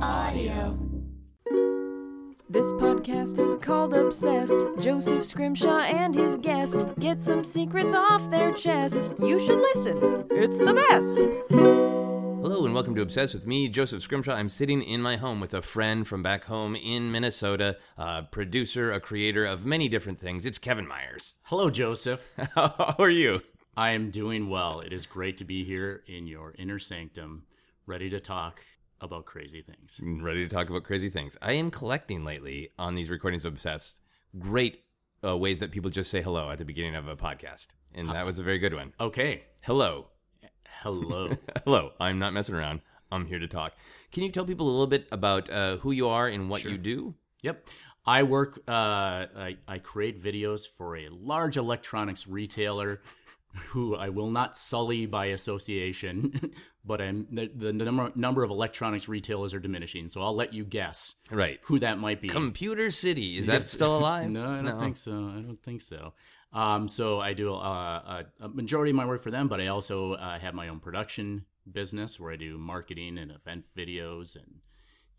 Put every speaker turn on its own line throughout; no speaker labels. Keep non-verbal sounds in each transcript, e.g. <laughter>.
Audio.
This podcast is called Obsessed. Joseph Scrimshaw and his guest get some secrets off their chest. You should listen, it's the best.
Hello and welcome to Obsessed with me, Joseph Scrimshaw. I'm sitting in my home with a friend from back home in Minnesota, a producer, a creator of many different things. It's Kevin Myers. <laughs>
Hello, Joseph.
How are you?
I am doing well. It is great to be here in your inner sanctum, ready to talk about crazy things.
Ready to talk about crazy things. I am collecting lately on these recordings of Obsessed great uh, ways that people just say hello at the beginning of a podcast. And that was a very good one.
Okay.
Hello.
Hello.
Hello. I'm not messing around. I'm here to talk. Can you tell people a little bit about uh, who you are and what you do?
yep. I work, uh, I, I create videos for a large electronics retailer who I will not sully by association, <laughs> but I'm, the, the number, number of electronics retailers are diminishing. So I'll let you guess
Right.
who that might be.
Computer City. Is that still alive?
<laughs> No, I don't think so. I don't think so. Um, so I do uh, a, a majority of my work for them, but I also uh, have my own production business where I do marketing and event videos and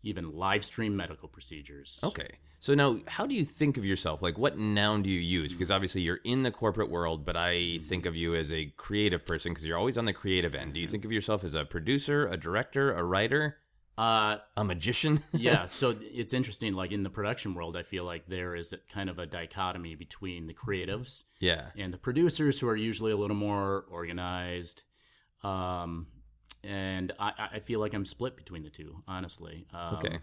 even live stream medical procedures.
Okay. So now, how do you think of yourself? Like, what noun do you use? Because obviously you're in the corporate world, but I think of you as a creative person because you're always on the creative end.
Mm-hmm.
Do you think of yourself as a producer, a director, a writer, <laughs>
Uh,
a magician?
<laughs> yeah. So it's interesting. Like in the production world, I feel like there is a, kind of a dichotomy between the creatives
yeah.
and the producers who are usually a little more organized. Um, and I, I- I feel like I'm split between the two, honestly. Um,
Okay.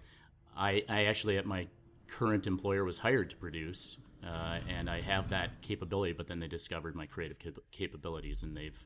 I, I actually, at my current employer, was hired to produce, uh, and I have that capability, but then they discovered my creative cap- capabilities and they've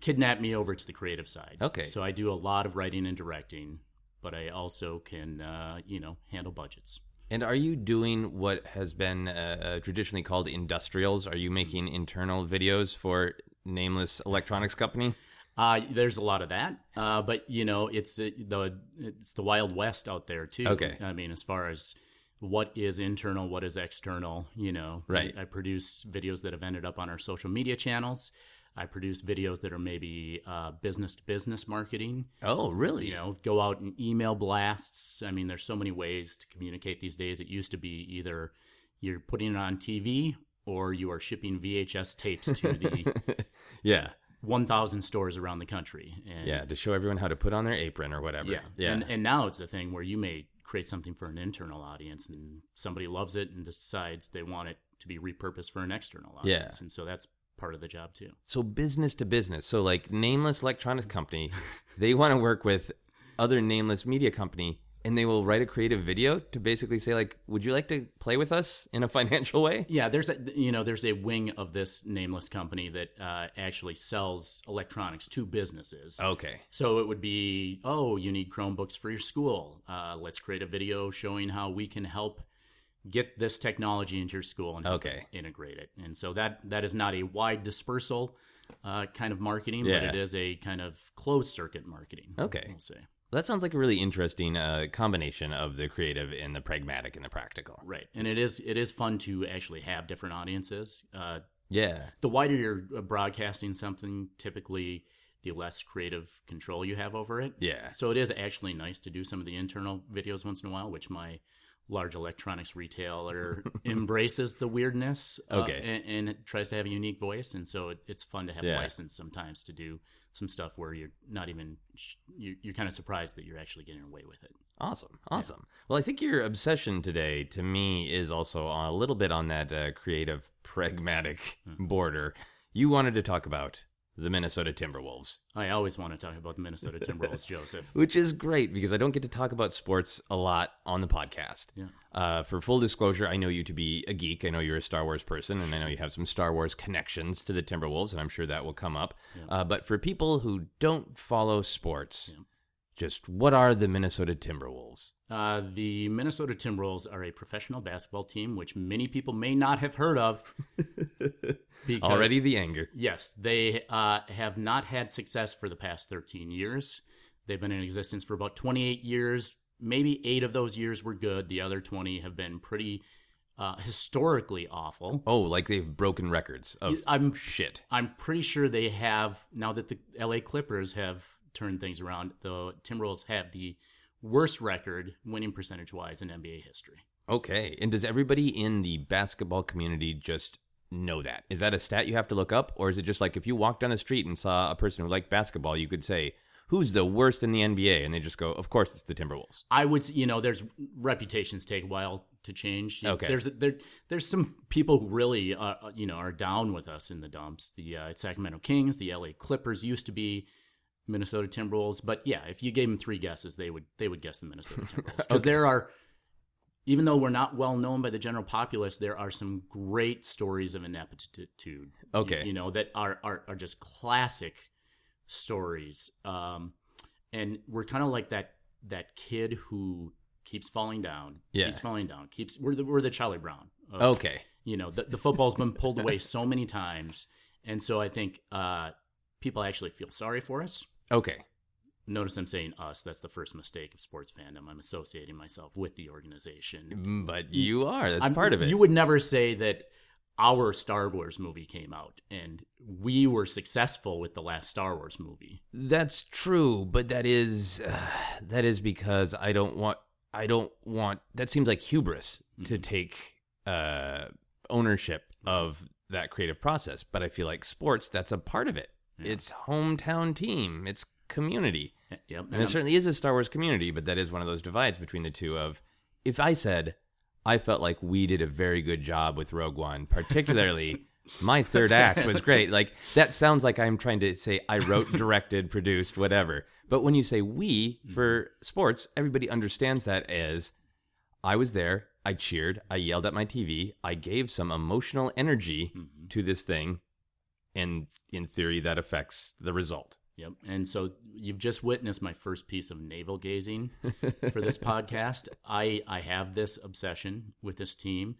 kidnapped me over to the creative side.
Okay.
So I do a lot of writing and directing, but I also can, uh, you know, handle budgets.
And are you doing what has been uh, uh, traditionally called industrials? Are
Mm-hmm.
you making internal videos for nameless electronics company?
Uh, there's a lot of that, uh, but you know, it's uh, the it's the wild west out there too.
Okay.
I mean, as far as what is internal, what is external, you know,
Right.
I, I produce videos that have ended up on our social media channels. I produce videos that are maybe uh, business to business marketing.
Oh, really?
You know, go out and email blasts. I mean, there's so many ways to communicate these days. It used to be either you're putting it on TV or you are shipping VHS tapes to the
<laughs> Yeah.
1,000 stores around the country. And
Yeah. To show everyone how to put on their apron or whatever.
yeah.
Yeah.
And, and now it's a thing where you may create something for an internal audience and somebody loves it and decides they want it to be repurposed for an external
Yeah.
audience. And so that's part of the job too.
So business to business. So like nameless electronic company, they want to work with other nameless media company and they will write a creative video to basically say like, would you like to play with us in a <laughs> financial way?
Yeah, there's a you know there's a wing of this nameless company that uh, actually sells electronics to businesses.
Okay.
So it would be, oh, you need Chromebooks for your school. Uh, let's create a video showing how we can help get this technology into your school and help
Okay.
integrate it. And so that that is not a wide dispersal uh, kind of marketing,
Yeah.
but it is a kind of closed circuit marketing.
Okay.
we'll say.
That sounds like a really interesting uh, combination of the creative and the pragmatic and the practical.
Right, and it is it is fun to actually have different audiences. Uh,
Yeah.
the wider you're broadcasting something, typically the less creative control you have over it.
Yeah.
So it is actually nice to do some of the internal videos once in a while, which my large electronics
<laughs>
retailer embraces the weirdness. uh,
Okay.
and, and it tries to have a unique voice, and so it, it's fun to have
Yeah.
license sometimes to do some stuff where you're not even sh- you, you're kind of surprised that you're actually getting away with it.
Awesome. Awesome. Well, I think your obsession today to me is also a little bit on that uh, creative <laughs> pragmatic border. You wanted to talk about the Minnesota Timberwolves.
I always want to talk about the
<laughs>
Minnesota Timberwolves, Joseph.
which is great because I don't get to talk about sports a lot on the podcast.
Yeah.
Uh, for full disclosure, I know you to be a geek. I know you're a Star Wars person, and I know you have some Star Wars connections to the Timberwolves, and I'm sure that will come up. Uh, but for people who don't follow sports, just what are the Minnesota Timberwolves?
Uh, the Minnesota Timberwolves are a professional basketball team, which many people may not have
<laughs>
heard of. because-
Already the anger.
Yes, they uh, have not had success for the past 13 years. They've been in existence for about 28 years. Maybe eight of those years were good. The other 20 have been pretty uh, historically awful.
Oh, like they've broken records of
I'm
shit.
I'm pretty sure they have now that the LA Clippers have turned things around. The Timberwolves have the worst record winning percentage wise in NBA history.
Okay. And does everybody in the basketball community just know that? Is that a stat you have to look up? Or is it just like if you walked down the street and saw a person who liked basketball, you could say, Who's the worst in the NBA? And they just go, Of course, it's the Timberwolves.
I would, you know, there's reputations take a while to change. You-
Okay.
There's there there's some people who really uh, you know are down with us in the dumps. The uh, Sacramento Kings, the LA Clippers used to be Minnesota Timberwolves, but yeah, if you gave them three guesses, they would they would guess
<laughs>
the Minnesota Timberwolves because there are even though we're not well known by the general populace, there are some great stories of ineptitude.
Okay.
You, you know that are are are just classic stories. Um and we're kind of like that that kid who keeps falling down,
Yeah. Oh.
keeps falling down, keeps we're the we're the Charlie Brown. of-
Okay.
You know, the, the football's been pulled away so many times, and so I think uh, people actually feel sorry for us.
Okay.
Notice I'm saying us. That's the first mistake of sports fandom. I'm associating myself with the organization.
Mm, But you are. That's
I'm-
part of it.
You would never say that our Star Wars movie came out and we were successful with the last Star Wars movie. <laughs>
That's true, but that is uh, that is because I don't want I don't want that seems like hubris to take uh ownership of that creative process, but I feel like sports that's a part of it. It's hometown team, it's community.
Yep. And
And,
I'm-
it certainly is a Star Wars community, but that is one of those divides between the two of if I said I felt like we did a very good job with Rogue One, particularly my third act was great. Like that sounds like I'm trying to say I wrote, directed, produced, whatever. But when you say we for sports, everybody understands that as I was there, I cheered, I yelled at my TV, I gave some emotional energy to this thing, and in theory that affects the result.
Yep. And so you've just witnessed my first piece of navel gazing
<laughs>
for this podcast. I I have this obsession with this team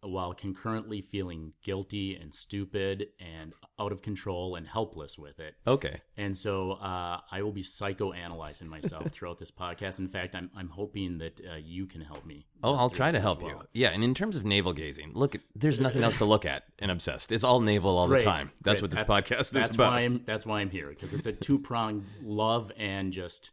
while concurrently feeling guilty and stupid and out of control and helpless with it.
Okay.
And so uh, I will be psychoanalyzing
<laughs>
myself throughout this podcast. In fact, I'm I'm hoping that uh, you can help me.
Oh, I'll
through
try to
this as
help you.
well.
Yeah, and in terms of navel gazing, look, there's nothing else to look at in Obsessed. It's all navel all the
Great,
time. That's
great.
what this podcast is
that's
about.
Why I'm, that's why I'm here because it's a two pronged love and just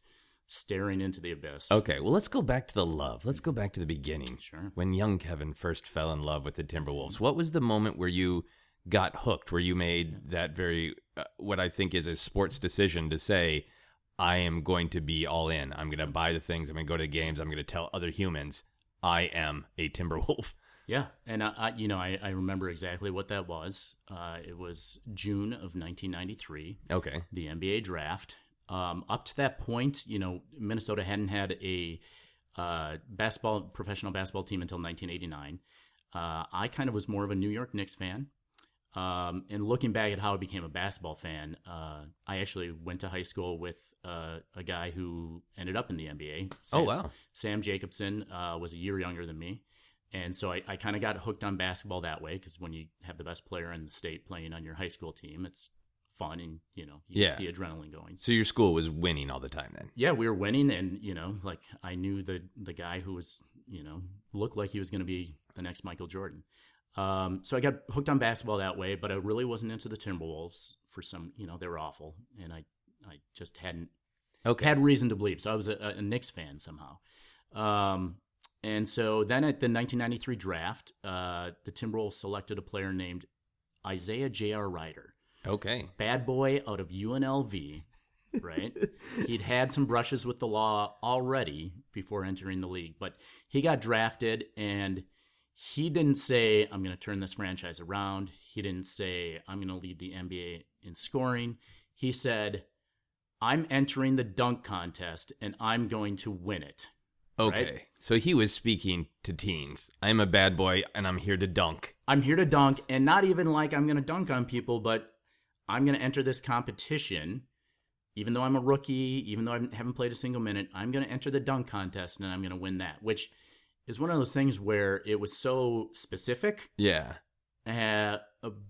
staring into the abyss.
Okay, well, let's go back to the love. Let's go back to the beginning.
Sure.
When young Kevin first fell in love with the Timberwolves, what was the moment where you got hooked, where you made that very, uh, what I think is a sports decision to say, I am going to be all in. I'm
Mm-hmm.
going to buy the things. I'm going to go to the games. I'm going to tell other humans I am a Timberwolf. <laughs>
Yeah, and I, I you know, I, I remember exactly what that was. Uh, it was June of 1993,
Okay.
the NBA draft. Um, up to that point, you know, Minnesota hadn't had a uh, basketball professional basketball team until 1989. Uh, I kind of was more of a New York Knicks fan. Um, and looking back at how I became a basketball fan, uh, I actually went to high school with uh, a guy who ended up in the NBA.
Oh,
Sam-
wow.
Sam Jacobson uh, was a year younger than me. And so I, I kind of got hooked on basketball that way because when you have the best player in the state playing on your high school team, it's fun and, you know, you get
Yeah.
the adrenaline going.
So your school was winning all the time then?
Yeah, we were winning. And, you know, like I knew the, the guy who was, you know, looked like he was going to be the next Michael Jordan. Um, so I got hooked on basketball that way, but I really wasn't into the Timberwolves for some, you know, they were awful. And I, I just hadn't
Okay.
had reason to believe. So I was a, a Knicks fan somehow. Um, and so then at the 1993 draft, uh, the Timberwolves selected a player named Isaiah J.R. Ryder,
Okay.
bad boy out of UNLV, right? He'd had some brushes with the law already before entering the league, but he got drafted and he didn't say, I'm going to turn this franchise around. He didn't say, I'm going to lead the NBA in scoring. He said, I'm entering the dunk contest and I'm going to win it.
Okay.
right?
So he was speaking to teens. I'm a bad boy and I'm here to dunk.
I'm here to dunk, and not even like I'm going to dunk on people, but I'm going to enter this competition. Even though I'm a rookie, even though I haven't played a single minute, I'm going to enter the dunk contest and I'm going to win that, which is one of those things where it was so specific,
Yeah.
uh,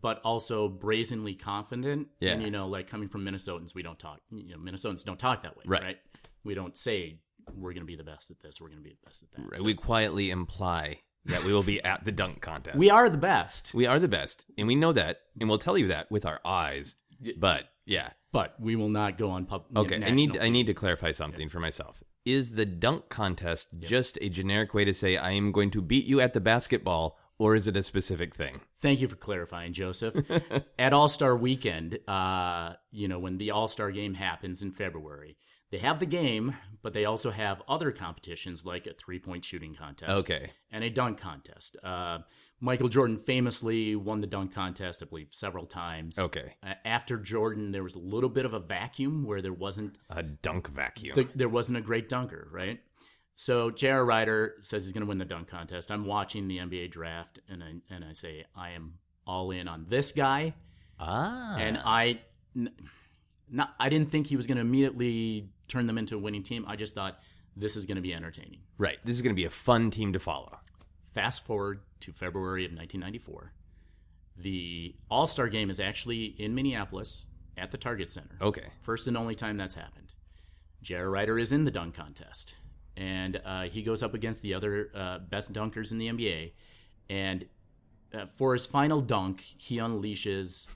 but also brazenly confident.
Yeah.
And, you know, like coming from Minnesotans, we don't talk, you know, Minnesotans don't talk that way,
Right.
right? We don't say, we're going to be the best at this, we're going to be the best at that.
Right.
So
we quietly imply that we will be at the dunk contest.
<laughs> we are the best,
We are the best, and we know that, and we'll tell you that with our eyes. But yeah.
but we will not go on public.
Okay. I need I need to clarify something for myself. is the dunk contest just a generic way to say I am going to beat you at the basketball, or is it a specific thing?
Thank you for
<laughs>
clarifying, Joseph. At All Star Weekend, uh, you know, when the All Star game happens in February, they have the game, but they also have other competitions like a three point shooting contest
Okay.
and a dunk contest. Uh, Michael Jordan famously won the dunk contest, I believe, several times.
Okay.
Uh, after Jordan, there was a little bit of a vacuum where there wasn't
A dunk vacuum.
th- there wasn't a great dunker, right? So J.R. Ryder says he's going to win the dunk contest. I'm watching the NBA draft, and I and I say I am all in on this guy,
ah.
and I, n- not I didn't think he was going to immediately turn them into a winning team. I just thought this is going to be entertaining.
right. This is going to be a fun team to follow.
Fast forward to February of 1994, the All Star Game is actually in Minneapolis at the Target Center.
Okay.
First and only time that's happened. J.R. Ryder is in the dunk contest, and uh, he goes up against the other uh, best dunkers in the NBA. And uh, for his final dunk, he unleashes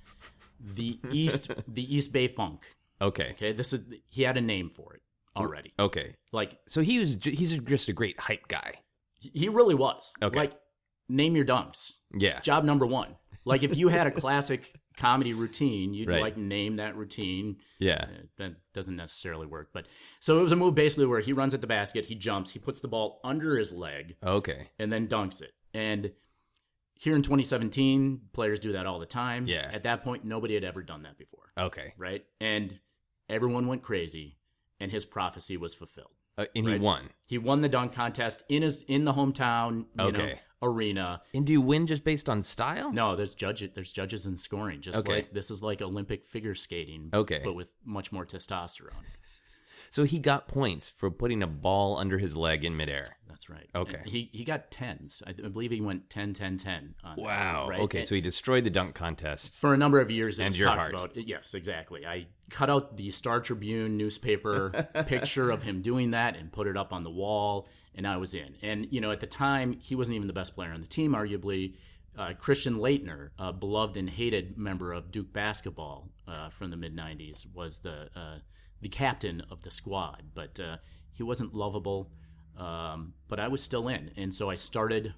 the
<laughs>
East the East Bay Funk.
Okay.
Okay, this is he had a name for it already.
Okay.
Like
So he was ju- he's just a great hype guy.
he really was.
Okay.
Like name your dunks.
Yeah.
Job number one. Like if you had a classic comedy routine, you'd
Right.
like name that routine.
Yeah.
Uh, that doesn't necessarily work. But so it was a move basically where he runs at the basket, he jumps, he puts the ball under his leg,
Okay.
and then dunks it. And here in 2017, players do that all the time.
Yeah.
At that point, nobody had ever done that before,
Okay.
right? And everyone went crazy, and his prophecy was fulfilled.
Uh, and he
Right.
won.
He won the dunk contest in his in the hometown you
Okay.
know, arena.
And do you win just based on style?
No, there's judges. There's judges in scoring. Just
Okay.
like this is like Olympic figure skating,
Okay.
but with much more testosterone.
So he got points for putting a ball under his leg in midair.
That's right.
Okay.
And he he got tens. I, I believe he went 10 10 10 on that, right?
Okay,
And
so he destroyed the dunk contest.
for a number of years it
And
was
your
talked
heart.
about. Yes, exactly. I cut out the Star
<laughs>
Tribune newspaper picture of him doing that and put it up on the wall and I was in. And you know, at the time he wasn't even the best player on the team arguably. Uh, Christian Leitner, a beloved and hated member of Duke basketball uh, from the mid '90s, was the uh, the captain of the squad, but uh, he wasn't lovable. Um, but I was still in, and so I started.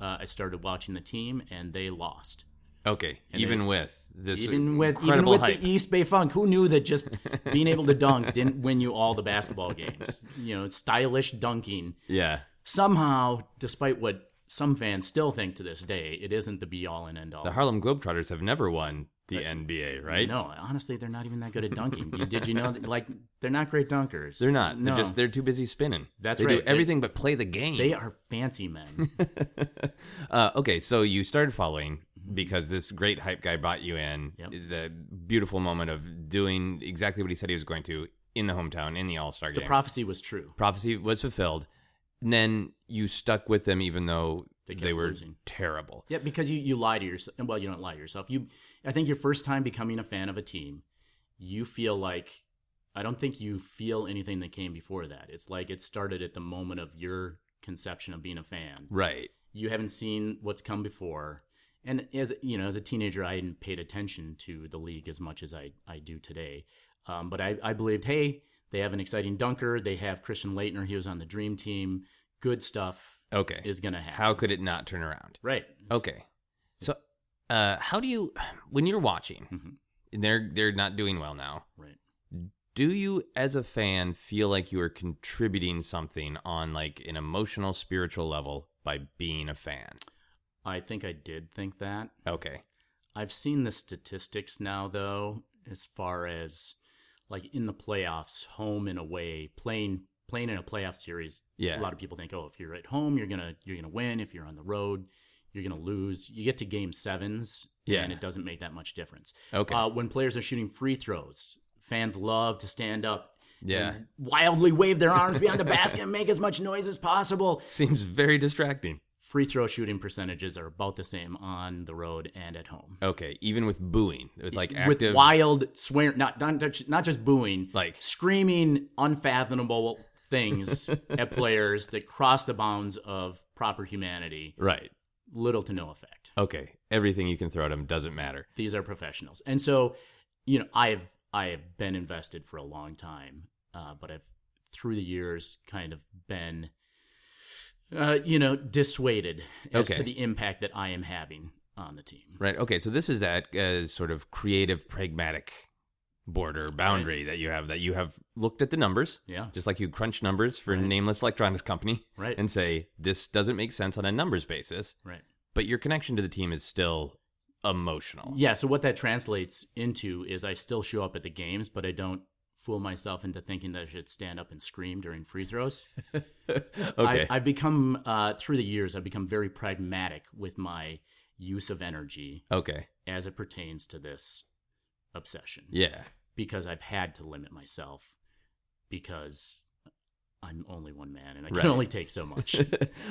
Uh, I started watching the team, and they lost
Okay,
And
even
then-
with this
even with even
incredible
with
hype.
the e- East Bay Funk, who knew that
<laughs>
just being able to dunk didn't win you all the basketball games? You know, stylish dunking
yeah,
somehow, despite what some fans still think to this day, it isn't the be all and end all.
the Harlem Globetrotters have never won the NBA, right?
no, honestly, they're not even that good at dunking. Did- Did you know? That, like, they're not great dunkers.
they're not.
No,
They're just they're too busy spinning.
That's
they
right.
do everything but play the game.
they are fancy men.
<laughs> Uh, okay, so you started following because this great hype guy brought you in.
Mm-hmm. Yep.
The beautiful moment of doing exactly what he said he was going to in the hometown in the All Star
the
game.
prophecy was true.
Prophecy was fulfilled. And then you stuck with them even though they,
kept
were
losing.
terrible.
Yeah, because you, you lie to yourself. Well, you don't lie to yourself. You, I think your first time becoming a fan of a team, you feel like I don't think you feel anything that came before that. It's like it started at the moment of your conception of being a fan.
Right.
You haven't seen what's come before. And as you know, as a teenager, I hadn't paid attention to the league as much as I, I do today. Um, but I, I believed, hey, they have an exciting dunker. They have Christian Leitner. He was on the dream team. Good stuff
Okay.
is going to happen.
How could it not turn around?
right.
Okay. So, uh, how do you when you're watching?
Mhm.
and They're they're not doing well now.
Right.
Do you, as a fan, feel like you are contributing something on like an emotional, spiritual level by being a fan?
I think I did think that.
Okay.
I've seen the statistics now, though, as far as like in the playoffs, home and away, playing playing in a playoff series.
Yeah.
a lot of people think, oh, if you're at home, you're gonna you're gonna win. If you're on the road, you're gonna lose. You get to game sevens,
Yeah.
and it doesn't make that much difference.
Okay.
Uh, when players are shooting free throws, fans love to stand up.
Yeah.
and wildly wave their arms beyond the basket and make as much noise as possible
<laughs> Seems very distracting.
free throw shooting percentages are about the same on the road and at home.
Okay. Even with booing, with like active.
With wild swear, not not just- not just booing,
Like-
screaming unfathomable things <laughs> at players that cross the bounds of proper humanity,
Right.
little to no effect.
Okay. Everything you can throw at them doesn't matter.
These are professionals, and so you know I've I have been invested for a long time, uh, but I've through the years kind of been, uh, you know, dissuaded as
Okay.
to the impact that I am having on the team.
Right. Okay. So this is that uh, sort of creative, pragmatic border boundary that you have. That you have looked at the numbers,
Yeah.
just like you crunch numbers for Nameless Electronics Company,
Right.
and say this doesn't make sense on a numbers basis.
Right.
But your connection to the team is still emotional. <laughs>
Yeah, so what that translates into is I still show up at the games, but I don't fool myself into thinking that I should stand up and scream during free throws.
Okay.
I, I've become, uh, through the years, I've become very pragmatic with my use of energy
okay.
as it pertains to this obsession
Yeah. <laughs>
because I've had to limit myself because I'm only one man and I can
Right.
only take so
<laughs>
much.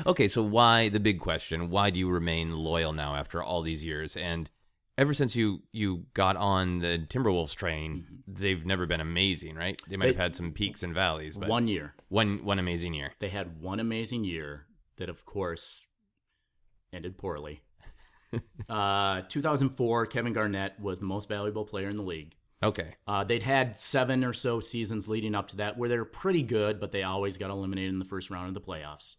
okay. So why the big question? Why do you remain loyal now after all these years? And ever since you you got on the Timberwolves train, they've never been amazing, right? They might
Mm-hmm. They-
have had some peaks and valleys, but
one year.
one one amazing year.
They had one amazing year that, of course, ended poorly. uh, 2004, Kevin Garnett was the most valuable player in the league.
Okay.
Uh, they'd had seven or so seasons leading up to that where they were pretty good, but they always got eliminated in the first round of the playoffs.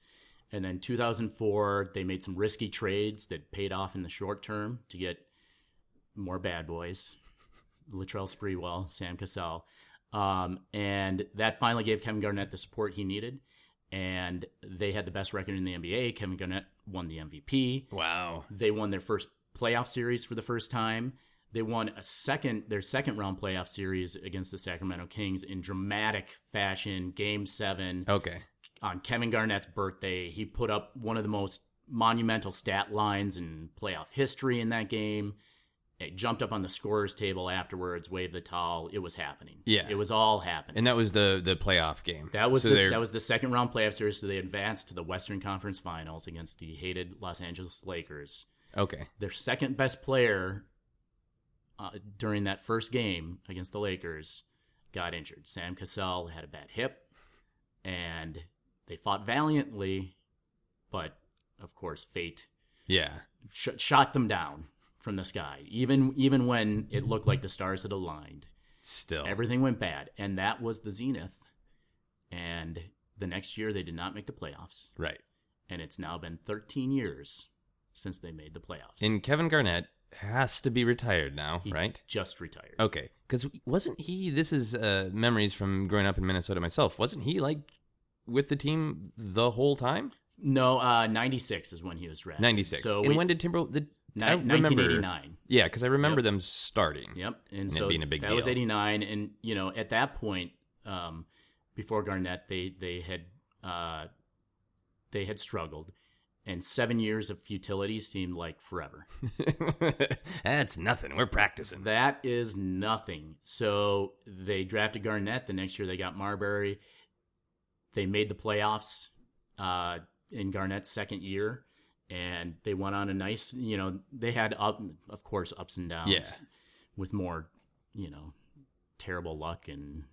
And then 2004, they made some risky trades that paid off in the short term to get more bad boys, Latrell Sprewell, Sam Cassell, um, and that finally gave Kevin Garnett the support he needed. And they had the best record in the NBA. Kevin Garnett won the MVP.
Wow.
They won their first playoff series for the first time. They won a second their second round playoff series against the Sacramento Kings in dramatic fashion, game 7
Okay.
on Kevin Garnett's birthday. He put up one of the most monumental stat lines in playoff history in that game. It jumped up on the scorer's table afterwards, waved the towel. It was happening.
Yeah.
It was all happening.
And that was the the playoff game.
that was
so
the,
they're-
that was the second round playoff series, so they advanced to the Western Conference Finals against the hated Los Angeles Lakers
okay.
their second best player uh, during that first game against the Lakers got injured. Sam Cassell had a bad hip, and they fought valiantly, but of course, fate
Yeah.
sh- shot them down from the sky. Even even when it looked like the stars had aligned,
Still.
everything went bad, and that was the zenith. And the next year, they did not make the playoffs,
right.
and it's now been 13 years since they made the playoffs.
And Kevin Garnett has to be retired now,
He
right?
Just retired.
Okay. Because wasn't he? This is uh, memories from growing up in Minnesota myself. Wasn't he like with the team the whole time?
No, uh, 96 is when he was drafted.
Ninety six.
So
and
we-
when did Timber? The,
ni-
I remember-
1989.
Yeah, because I remember
Yep.
them starting.
Yep. And,
it
so
being a big
that was
deal.
89. And, you know, at that point, um, before Garnett, they, they had, uh, they had struggled. And seven years of futility seemed like forever.
<laughs> That's nothing. We're practicing.
That is nothing. So they drafted Garnett. The next year they got Marbury. They made the playoffs uh, in Garnett's second year, and they went on a nice. You know, they had up, of course, ups and downs.
Yeah.
With more, you know, terrible luck and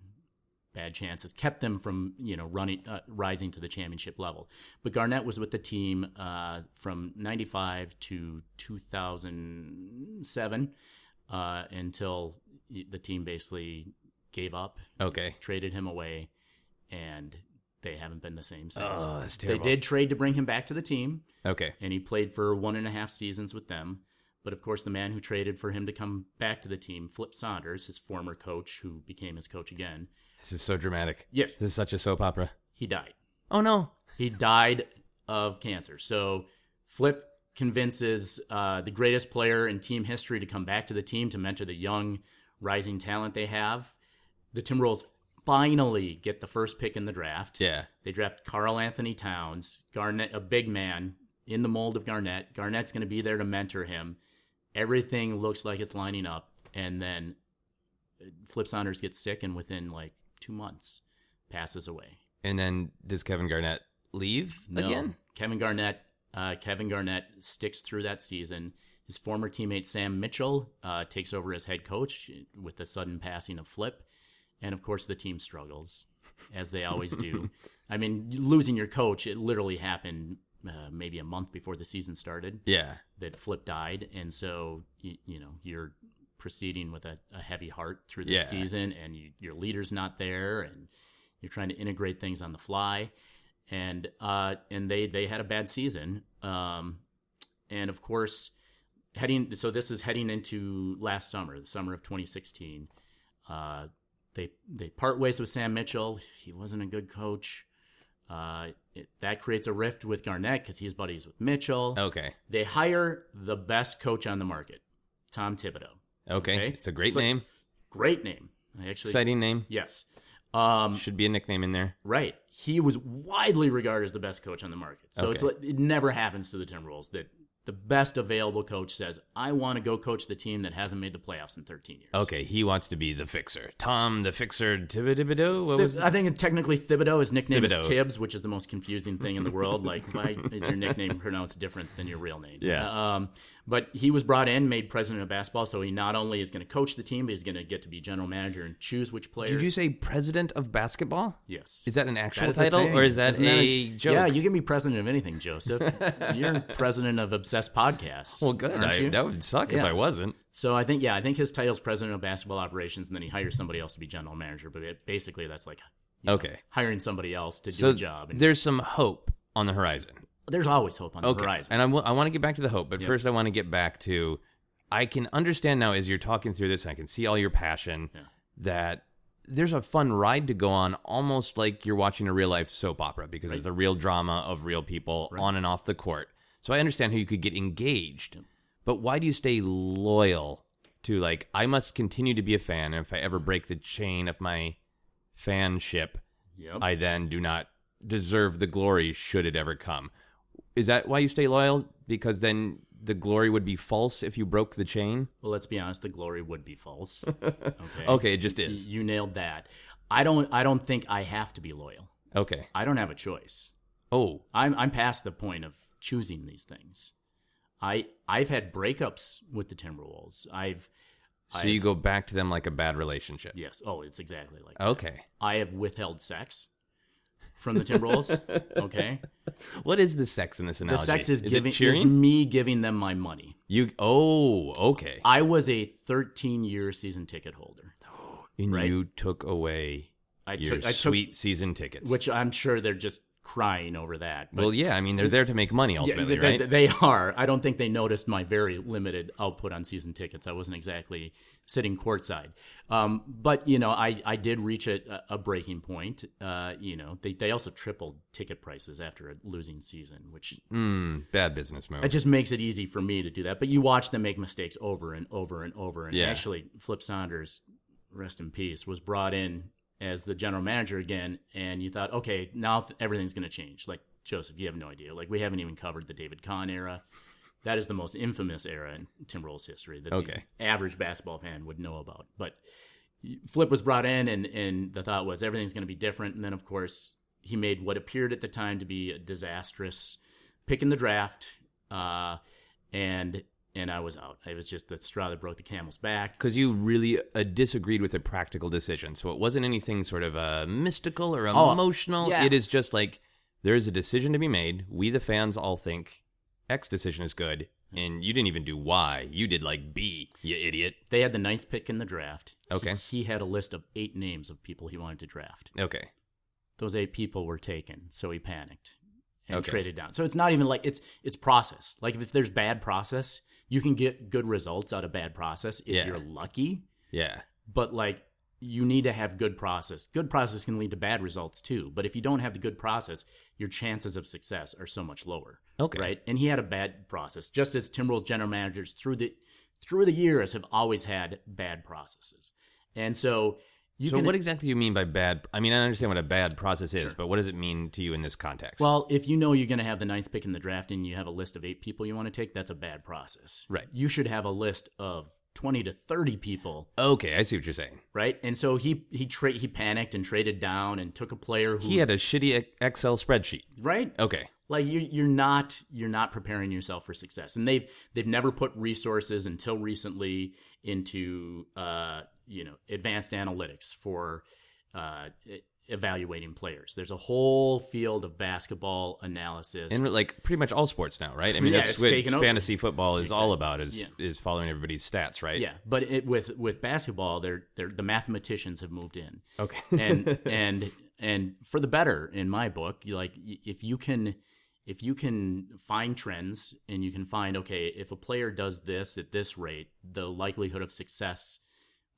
bad chances kept them from you know running uh, rising to the championship level. But Garnett was with the team uh, from '95 to 2007 uh, until y- the team basically gave up,
Okay.
traded him away, and they haven't been the same since.
Oh, that's
they
terrible.
did trade to bring him back to the team,
Okay.
and he played for one and a half seasons with them. But of course, the man who traded for him to come back to the team, Flip Saunders, his former coach, who became his coach again,
This is so dramatic.
Yes.
This is such a soap opera.
he died.
Oh no.
He died of cancer. So Flip convinces uh, the greatest player in team history to come back to the team to mentor the young rising talent they have. The Timberwolves finally get the first pick in the draft.
Yeah.
They draft Carl Anthony Towns, Garnett, a big man in the mold of Garnett. Garnett's going to be there to mentor him. Everything looks like it's lining up, and then Flip Saunders gets sick, and within like two months, passes away.
And then does Kevin Garnett leave
No.
again?
Kevin Garnett. Uh, Kevin Garnett sticks through that season. His former teammate Sam Mitchell uh, takes over as head coach with the sudden passing of Flip, and of course the team struggles, as they always do. I mean, losing your coach it literally happened uh, maybe a month before the season started
Yeah.
that Flip died, and so you, you know you're proceeding with a, a heavy heart through the
Yeah.
season, and you, your leader's not there, and You're trying to integrate things on the fly, and uh, and they they had a bad season. Um, and of course, heading so this is heading into last summer, the summer of 2016. Uh, they they part ways with Sam Mitchell. He wasn't a good coach. Uh, it, that creates a rift with Garnett because he's buddies with Mitchell.
Okay.
They hire the best coach on the market, Tom Thibodeau.
Okay.
Okay.
It's a great
It's like-
name.
Great name. I actually
Exciting name.
yes. Um,
Should be a nickname in there.
right. He was widely regarded as the best coach on the market. So it's
Okay.
like it never happens to the Timberwolves that the best available coach says, "I want to go coach the team that hasn't made the playoffs in 13 years."
Okay. He wants to be the fixer. Tom the fixer Thibodeau. What
Thib-
was
I think technically Thibodeau, his nickname
Thibodeau.
is Tibbs, which is the most confusing thing in the world. Like, why is your nickname pronounced different than your real name?
Yeah.
Um, but he was brought in, made president of basketball, so he not only is going to coach the team, but he's going to get to be general manager and choose which players.
Did you say president of basketball?
yes?
Is that an actual
is the
title
thing.
or is that
Isn't
a, joke?
Yeah, you can be president of
<laughs>
anything, Joseph. You're president of Obsessed Podcasts.
well, good.
aren't
I,
you?
that would suck if
Yeah.
I wasn't.
So I think yeah, I think his title's president of basketball operations, and then he hires somebody else to be general manager. But it, basically, that's like
Okay.
hiring somebody else to do
So
a job. And
there's some hope on the horizon.
there's always hope on the
Okay.
horizon.
And I want to get back to the hope, but first I want to get back to I can understand now as you're talking through this, and I can see all your passion
Yeah.
that there's a fun ride to go on, almost like you're watching a real life soap opera because it's a real drama of real people on and off the court. So I understand how you could get engaged, but why do you stay loyal to like I must continue to be a fan, and if I ever break the chain of my fanship,
Yep.
I then do not deserve the glory should it ever come. Is that why you stay loyal? Because then the glory would be false if you broke the chain?
well, let's be honest. The glory would
<laughs>
be false. Okay.
Okay, it just
Y-
is.
You nailed that. I don't. I don't think I have to be loyal.
Okay.
I don't have a choice.
Oh,
I'm. I'm past the point of choosing these things. I. I've had breakups with the Timberwolves. I've.
so
I-
you go back to them like a bad relationship.
Yes. Oh, it's exactly like. that.
Okay.
I have withheld sex from
<laughs>
the Timberwolves. okay.
What is the sex in this
The
analogy?
sex is,
is
giving
it
is
cheering?
me giving them my money.
You Oh, okay.
I was a 13 year season ticket holder.
and
right.
you took away
I
your
took I took
sweet season tickets.
which I'm sure they're just crying over that. But
Well, yeah, I mean they're there to make money
yeah,
ultimately,
they,
right?
they- they are. I don't think they noticed my very limited output on season tickets. I wasn't exactly sitting courtside. Um, but you know, I, I did reach a, a breaking point. Uh, you know, they they also tripled ticket prices after a losing season, which
Mm, bad business move.
it just makes it easy for me to do that. But you watch them make mistakes over and over and over. And
Yeah.
actually, Flip Saunders, rest in peace, was brought in as the general manager again. And you thought, okay, now th- everything's going to change. Like, Joseph, you have no idea. Like, we haven't even covered the David Kahn era. That is the most infamous era in Timberwolves history that
Okay.
the average basketball fan would know about. But Flip was brought in, and, and the thought was everything's going to be different. And then, of course, he made what appeared at the time to be a disastrous pick in the draft, uh, and and I was out. It was just the straw that broke the camel's back.
because you really uh, disagreed with a practical decision. So it wasn't anything sort of uh, mystical or
Oh,
emotional.
yeah.
It is just like there is a decision to be made. We, the fans, all think X decision is good,
Hmm.
and you didn't even do Y. You did like B, you idiot.
They had the ninth pick in the draft.
Okay.
he, he had a list of eight names of people he wanted to draft.
Okay.
Those eight people were taken, so he panicked and
Okay.
traded down. So it's not even like it's it's process. Like if there's bad process, you can get good results out of bad process if
Yeah.
you're lucky.
Yeah.
but like you need to have good process. Good process can lead to bad results too, but if you don't have the good process, your chances of success are so much lower.
Okay.
Right? And he had a bad process, just as Timberwolves general managers through the through the years have always had bad processes. And so you
so
can
what exactly do you mean by bad? I mean, I understand what a bad process is, but what does it mean to you in this context?
Well, if you know you're going to have the ninth pick in the draft and you have a list of eight people you want to take, that's a bad process.
Right.
You should have a list of 20 to 30 people
okay, I see what you're saying.
right? And so he he tra- he panicked and traded down and took a player who
He had a shitty e- Excel spreadsheet.
right
Okay.
like you you're not you're not preparing yourself for success. And they've they've never put resources until recently into uh you know advanced analytics for uh e- evaluating players. There's a whole field of basketball analysis.
And like pretty much all sports now, right? I mean,
Yeah,
that's
it's
what
taken over.
fantasy football is all about is
Yeah.
is following everybody's stats, right?
yeah, but
<laughs>
it, with with basketball, they're, they're the mathematicians have moved in.
Okay.
and and and for the better in my book you like y- if you can if you can find trends and you can find okay if a player does this at this rate the likelihood of success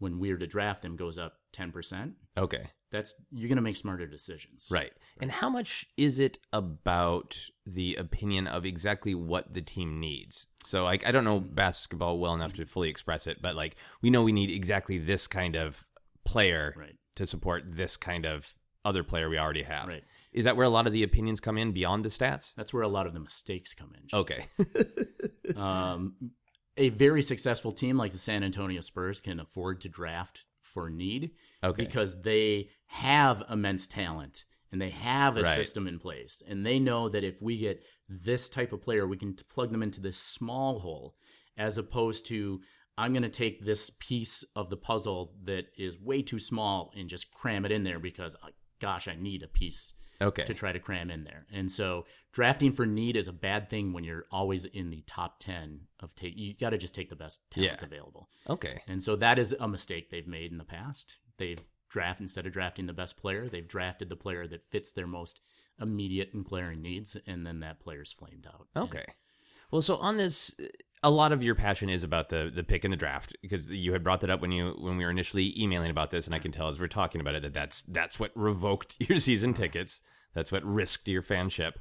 when we're to draft them goes up 10%
Okay.
that's you're going to make smarter decisions
Right. And how much is it about the opinion of exactly what the team needs? So like I don't know
Mm.
basketball well enough to fully express it, but like we know we need exactly this kind of player
Right.
to support this kind of other player we already have.
Right.
Is that where a lot of the opinions come in beyond the stats?
that's where a lot of the mistakes come in Jason.
Okay. <laughs>
<laughs> um, a very successful team like the San Antonio Spurs can afford to draft for need
Okay.
because they have immense talent and they have a
Right.
system in place and they know that if we get this type of player we can t- plug them into this small hole as opposed to I'm going to take this piece of the puzzle that is way too small and just cram it in there because uh, gosh I need a piece
Okay.
to try to cram in there. And so drafting for need is a bad thing when you're always in the top 10 of take you got to just take the best talent
Yeah.
available.
Okay.
And so that is a mistake they've made in the past. They've draft instead of drafting the best player, they've drafted the player that fits their most immediate and glaring needs and then that player's flamed out. And-
Okay. Well, so on this, a lot of your passion is about the the pick and the draft because you had brought that up when you when we were initially emailing about this, and I can tell as we're talking about it that that's that's what revoked <laughs> your season tickets. That's what risked your fanship.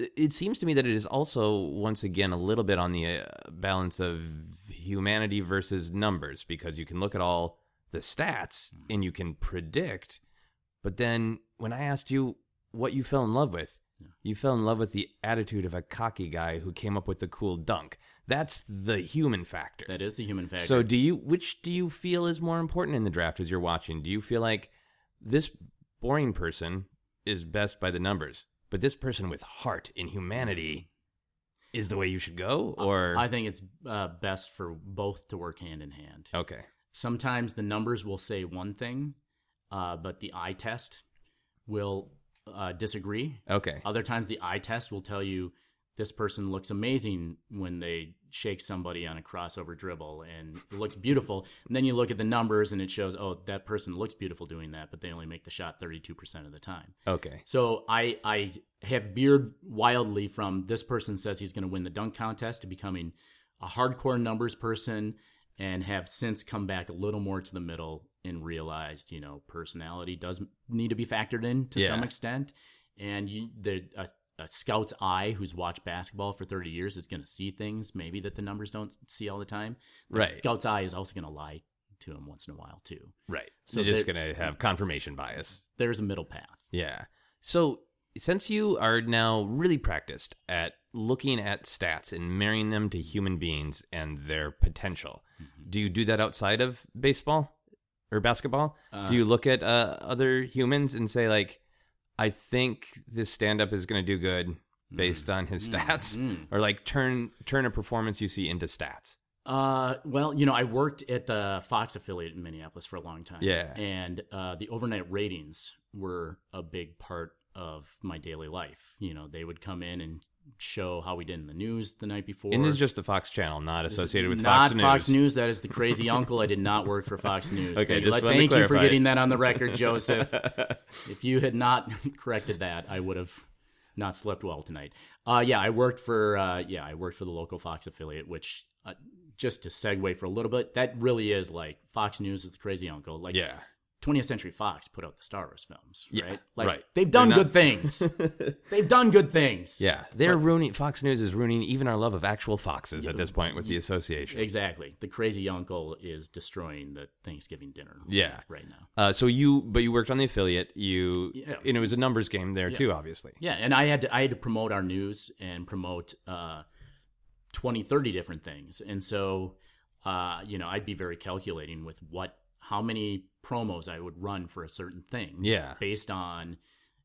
It seems to me that it is also once again a little bit on the uh, balance of humanity versus numbers because you can look at all the stats and you can predict, but then when I asked you what you fell in love with, you fell in love with the attitude of a cocky guy who came up with the cool dunk. That's the human factor.
That is the human factor.
so do you which do you feel is more important in the draft as you're watching? Do you feel like this boring person is best by the numbers, but this person with heart and humanity is the way you should go or
I think it's uh, best for both to work hand in hand.
Okay.
sometimes the numbers will say one thing, uh, but the eye test will uh, disagree.
Okay.
Other times, the eye test will tell you this person looks amazing when they shake somebody on a crossover dribble and it looks beautiful. And then you look at the numbers and it shows, oh, that person looks beautiful doing that, but they only make the shot 32% of the time.
Okay.
So I I have veered wildly from this person says he's going to win the dunk contest to becoming a hardcore numbers person, and have since come back a little more to the middle and realized you know personality does need to be factored in to
Yeah.
some extent, and you the a, a scout's eye who's watched basketball for 30 years is going to see things maybe that the numbers don't see all the time. The
Right.
Scout's eye is also going to lie to him once in a while too.
Right. So
So
you're just
there-
going to have confirmation bias.
There's a middle path.
Yeah. So since you are now really practiced at looking at stats and marrying them to human beings and their potential, do you do that outside of baseball or basketball? do you look at uh, other humans and say like, I think this stand up is going to do good based
Mm.
on his stats
hmm.
or like turn turn a performance you see into stats.
Uh, well, you know, I worked at the Fox affiliate in Minneapolis for a long time.
Yeah.
and uh, the overnight ratings were a big part of my daily life. You know, they would come in and show how we did in the news the night before.
and this is just the Fox channel, not
This is
associated with
not
Fox News.
Fox News. That is the crazy uncle. I did not work
<laughs>
for Fox News.
Okay,
Thank you.
just wanted to
thank you for
clarify.
getting that on the record, Joseph.
<laughs>
if you had not <laughs> corrected that, I would have not slept well tonight. Uh, yeah, I worked for uh, yeah, I worked for the local Fox affiliate, which uh, just to segue for a little bit, that really is like Fox News is the crazy uncle. Like
Yeah.
20th Century Fox put out the Star Wars films,
Yeah,
right? Like
right.
they've done
They're not- <laughs>
good things. they've done good things.
Yeah, they're ruining Fox News is ruining even our love of actual foxes at this point with the association.
Exactly. The crazy uncle is destroying the Thanksgiving dinner.
Yeah.
Right now.
Uh, so you, but you worked on the affiliate. You,
Yeah.
and it was a numbers game there too, obviously.
Yeah, and I had to I had to promote our news and promote uh 20 30 different things. And so uh you know, I'd be very calculating with what how many promos I would run for a certain thing
Yeah.
based on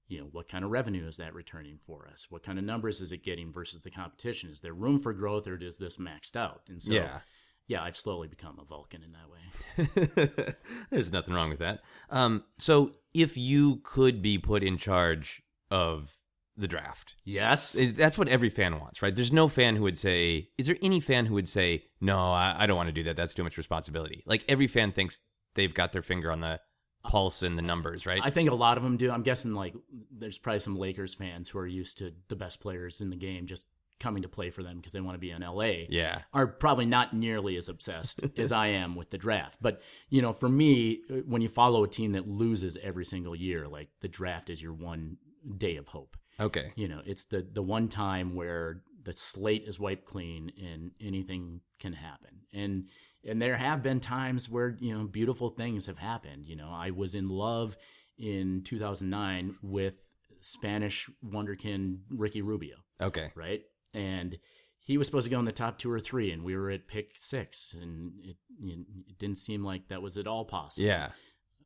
you know, what kind of revenue is that returning for us? What kind of numbers is it getting versus the competition? Is there room for growth or is this maxed out? And so
Yeah.
yeah, I've slowly become a Vulcan in that way.
<laughs> There's nothing wrong with that. Um, so if you could be put in charge of the draft,
Yes.
is- that's what every fan wants, right? There's no fan who would say, is there any fan who would say, no, I, I don't want to do that. That's too much responsibility. Like every fan thinks they've got their finger on the pulse in the numbers, right?
I think a lot of them do. I'm guessing like there's probably some Lakers fans who are used to the best players in the game just coming to play for them because they want to be in LA.
yeah.
Are probably not nearly as obsessed as I am with the draft. But, you know, for me, uh, when you follow a team that loses every single year, like the draft is your one day of hope.
Okay.
You know, it's the the one time where the slate is wiped clean and anything can happen. And and there have been times where, you know, beautiful things have happened. You know, I was in love in 2009 with Spanish wonderkin Ricky Rubio
Okay.
right? And he was supposed to go in the top two or three, and we were at pick six, and it, you know, it didn't seem like that was at all possible.
Yeah.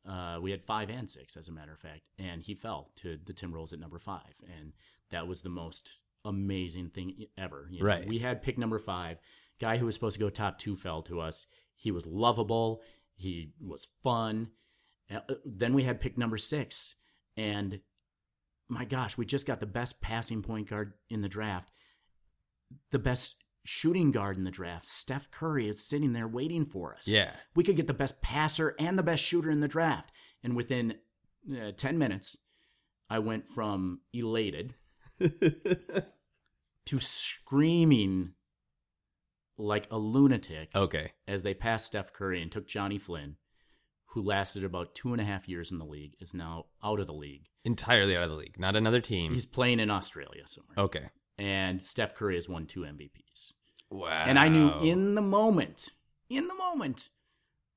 Uh, we had five and six, as a matter of fact, and he fell to the Timberwolves at number five, and that was the most amazing thing e-, ever. you know.
Right.
We had pick number five. Guy who was supposed to go top two fell to us. He was lovable. He was fun. Uh, Then we had pick number six, and my gosh, we just got the best passing point guard in the draft, the best shooting guard in the draft. Steph Curry is sitting there waiting for us
Yeah.
we could get the best passer and the best shooter in the draft. And within uh, 10 minutes, I went from elated to screaming like a lunatic
Okay.
as they passed Steph Curry and took Johnny Flynn, who lasted about two and a half years in the league, is now out of the league.
Entirely out of the league. Not another team.
He's playing in Australia somewhere.
Okay.
And Steph Curry has won two MVPs.
Wow.
And I
Oh.
knew in the moment, in the moment,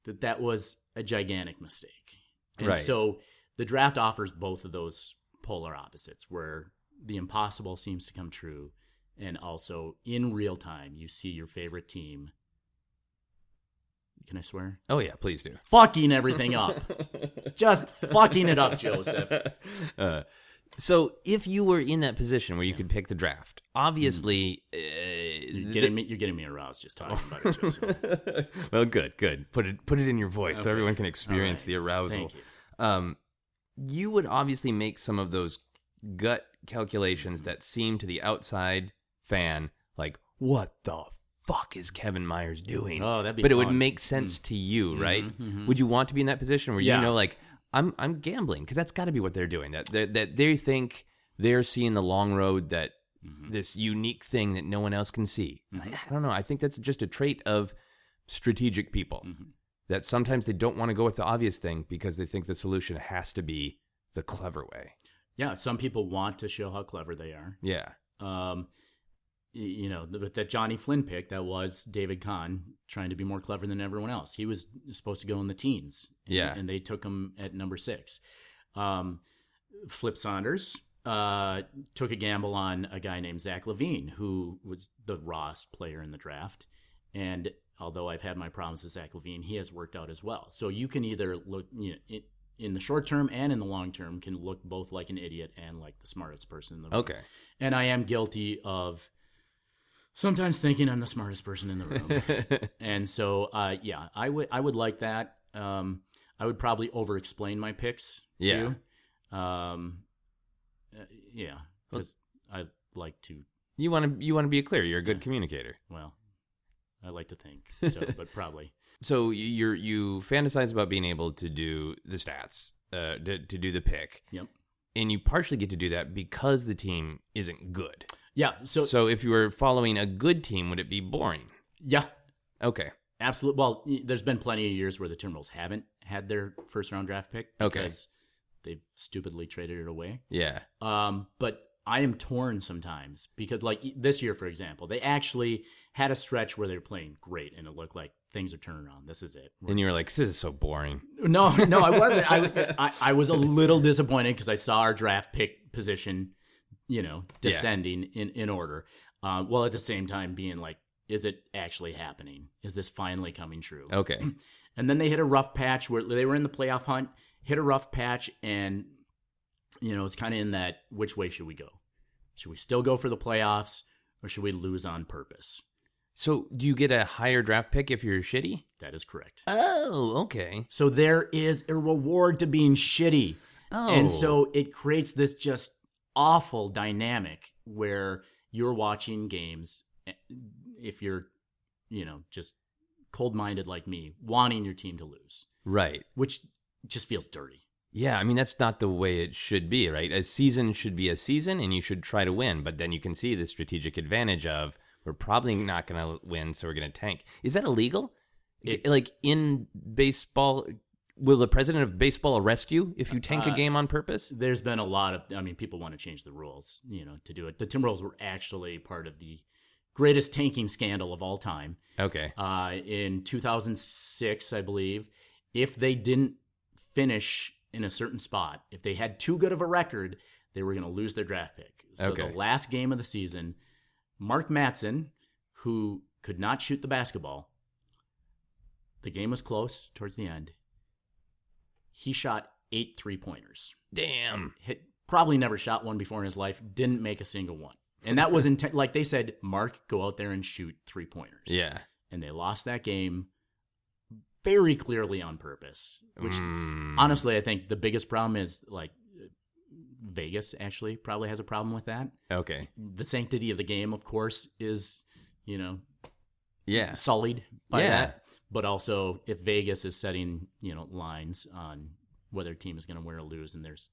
that that was a gigantic mistake. And
Right.
so the draft offers both of those polar opposites where the impossible seems to come true. And also in real time, you see your favorite team. Can I swear?
Oh yeah, please do.
Fucking
<laughs>
everything up. Just fucking it up, Joseph.
Uh, so if you were in that position where you could pick the draft, obviously, uh,
Mm. You're getting me, <laughs> you're getting me aroused just talking about it, Joseph.
well, good, good. Put it put it in your voice so
Okay.
everyone can experience
All right.
the <laughs> arousal.
Thank you.
Um, you would obviously make some of those gut calculations that seem to the outside fan like, what the fuck is Kevin Myers doing?
Oh, that'd be
but it would
fun.
make sense to you, right? Would you want to be in that position where
Yeah.
you know, like, I'm I'm gambling because that's got to be what they're doing. That that that they think they're seeing the long road that this unique thing that no one else can see. I, I don't know. I think that's just a trait of strategic people that sometimes they don't want to go with the obvious thing because they think the solution has to be the clever way.
Yeah, some people want to show how clever they are.
Yeah.
um, y- you know, th- with that Johnny Flynn pick, that was David Kahn trying to be more clever than everyone else. He was supposed to go in the teens. and-
Yeah.
And they took him at number six. Um, Flip Saunders uh, took a gamble on a guy named Zach Levine, who was the rawest player in the draft. And although I've had my problems with Zach Levine, he has worked out as well. So you can either look, you know, it, in the short term and in the long term, can look both like an idiot and like the smartest person in the room
Okay. <laughs>
and I am guilty of sometimes thinking I'm the smartest person in the
<laughs>
room. and so, uh, yeah, I would I would like that. Um, I would probably over explain my picks.
Yeah.
Too. Um, uh, yeah, because I like to.
You want to you want to be clear. You're a good communicator.
Well, I like
<laughs>
to think. So, but probably.
So you you're, you fantasize about being able to do the stats, uh, to, to do the pick,
Yep.
and you partially get to do that because the team isn't good.
Yeah. So,
So if you were following a good team, would it be boring?
yeah,
Okay.
absolutely. Well, y- there's been plenty of years where the Timberwolves haven't had their first round draft pick
Okay.
because they've stupidly traded it away.
Yeah.
Um, but I am torn sometimes because, like e, this year, for example, they actually had a stretch where they were playing great, and it looked like things are turning around. This is it. We're-
And you were like, this is so boring.
<laughs> No, no, I wasn't. I, I, I was a little disappointed because I saw our draft pick position, you know, descending in in order. Uh, while at the same time being like, is it actually happening? Is this finally coming true? <clears throat>
Okay.
And then they hit a rough patch where they were in the playoff hunt, hit a rough patch, and you know it's kind of in that which way should we go? Should we still go for the playoffs, or should we lose on purpose?
So do you get a higher draft pick if you're shitty?
That is correct.
Oh, okay.
So there is a reward to being shitty,
Oh.
and so it creates this just awful dynamic where you're watching games. eh, If you're, you know, just cold minded like me, wanting your team to lose,
right.
which just feels dirty.
Yeah, I mean that's not the way it should be, right? A season should be a season, and you should try to win. But then you can see the strategic advantage of we're probably not going to win, so we're going to tank. Is that illegal?
It-
like in baseball, will the president of baseball arrest you if you tank a
Uh,
game on purpose?
There's been a lot of, I mean, people want to change the rules, you know, to do it. The Timberwolves were actually part of the greatest tanking scandal of all time.
Okay,
uh, in 2006, I believe, if they didn't finish in a certain spot, if they had too good of a record, they were going to lose their draft pick. So
Okay.
the last game of the season, Mark Matson, who could not shoot the basketball, the game was close towards the end. He shot eight three pointers.
damn.
Hit, probably never shot one before in his life. Didn't make a single one. And that
<laughs>
was intent. Like they said, Mark, go out there and shoot three pointers
Yeah.
and they lost that game very clearly on purpose. Which
Mm.
honestly, I think the biggest problem is like Vegas actually probably has a problem with that.
Okay.
The sanctity of the game, of course, is you know
Yeah.
sullied by
Yeah.
that. But also, if Vegas is setting you know lines on whether a team is going to win or lose, and there's,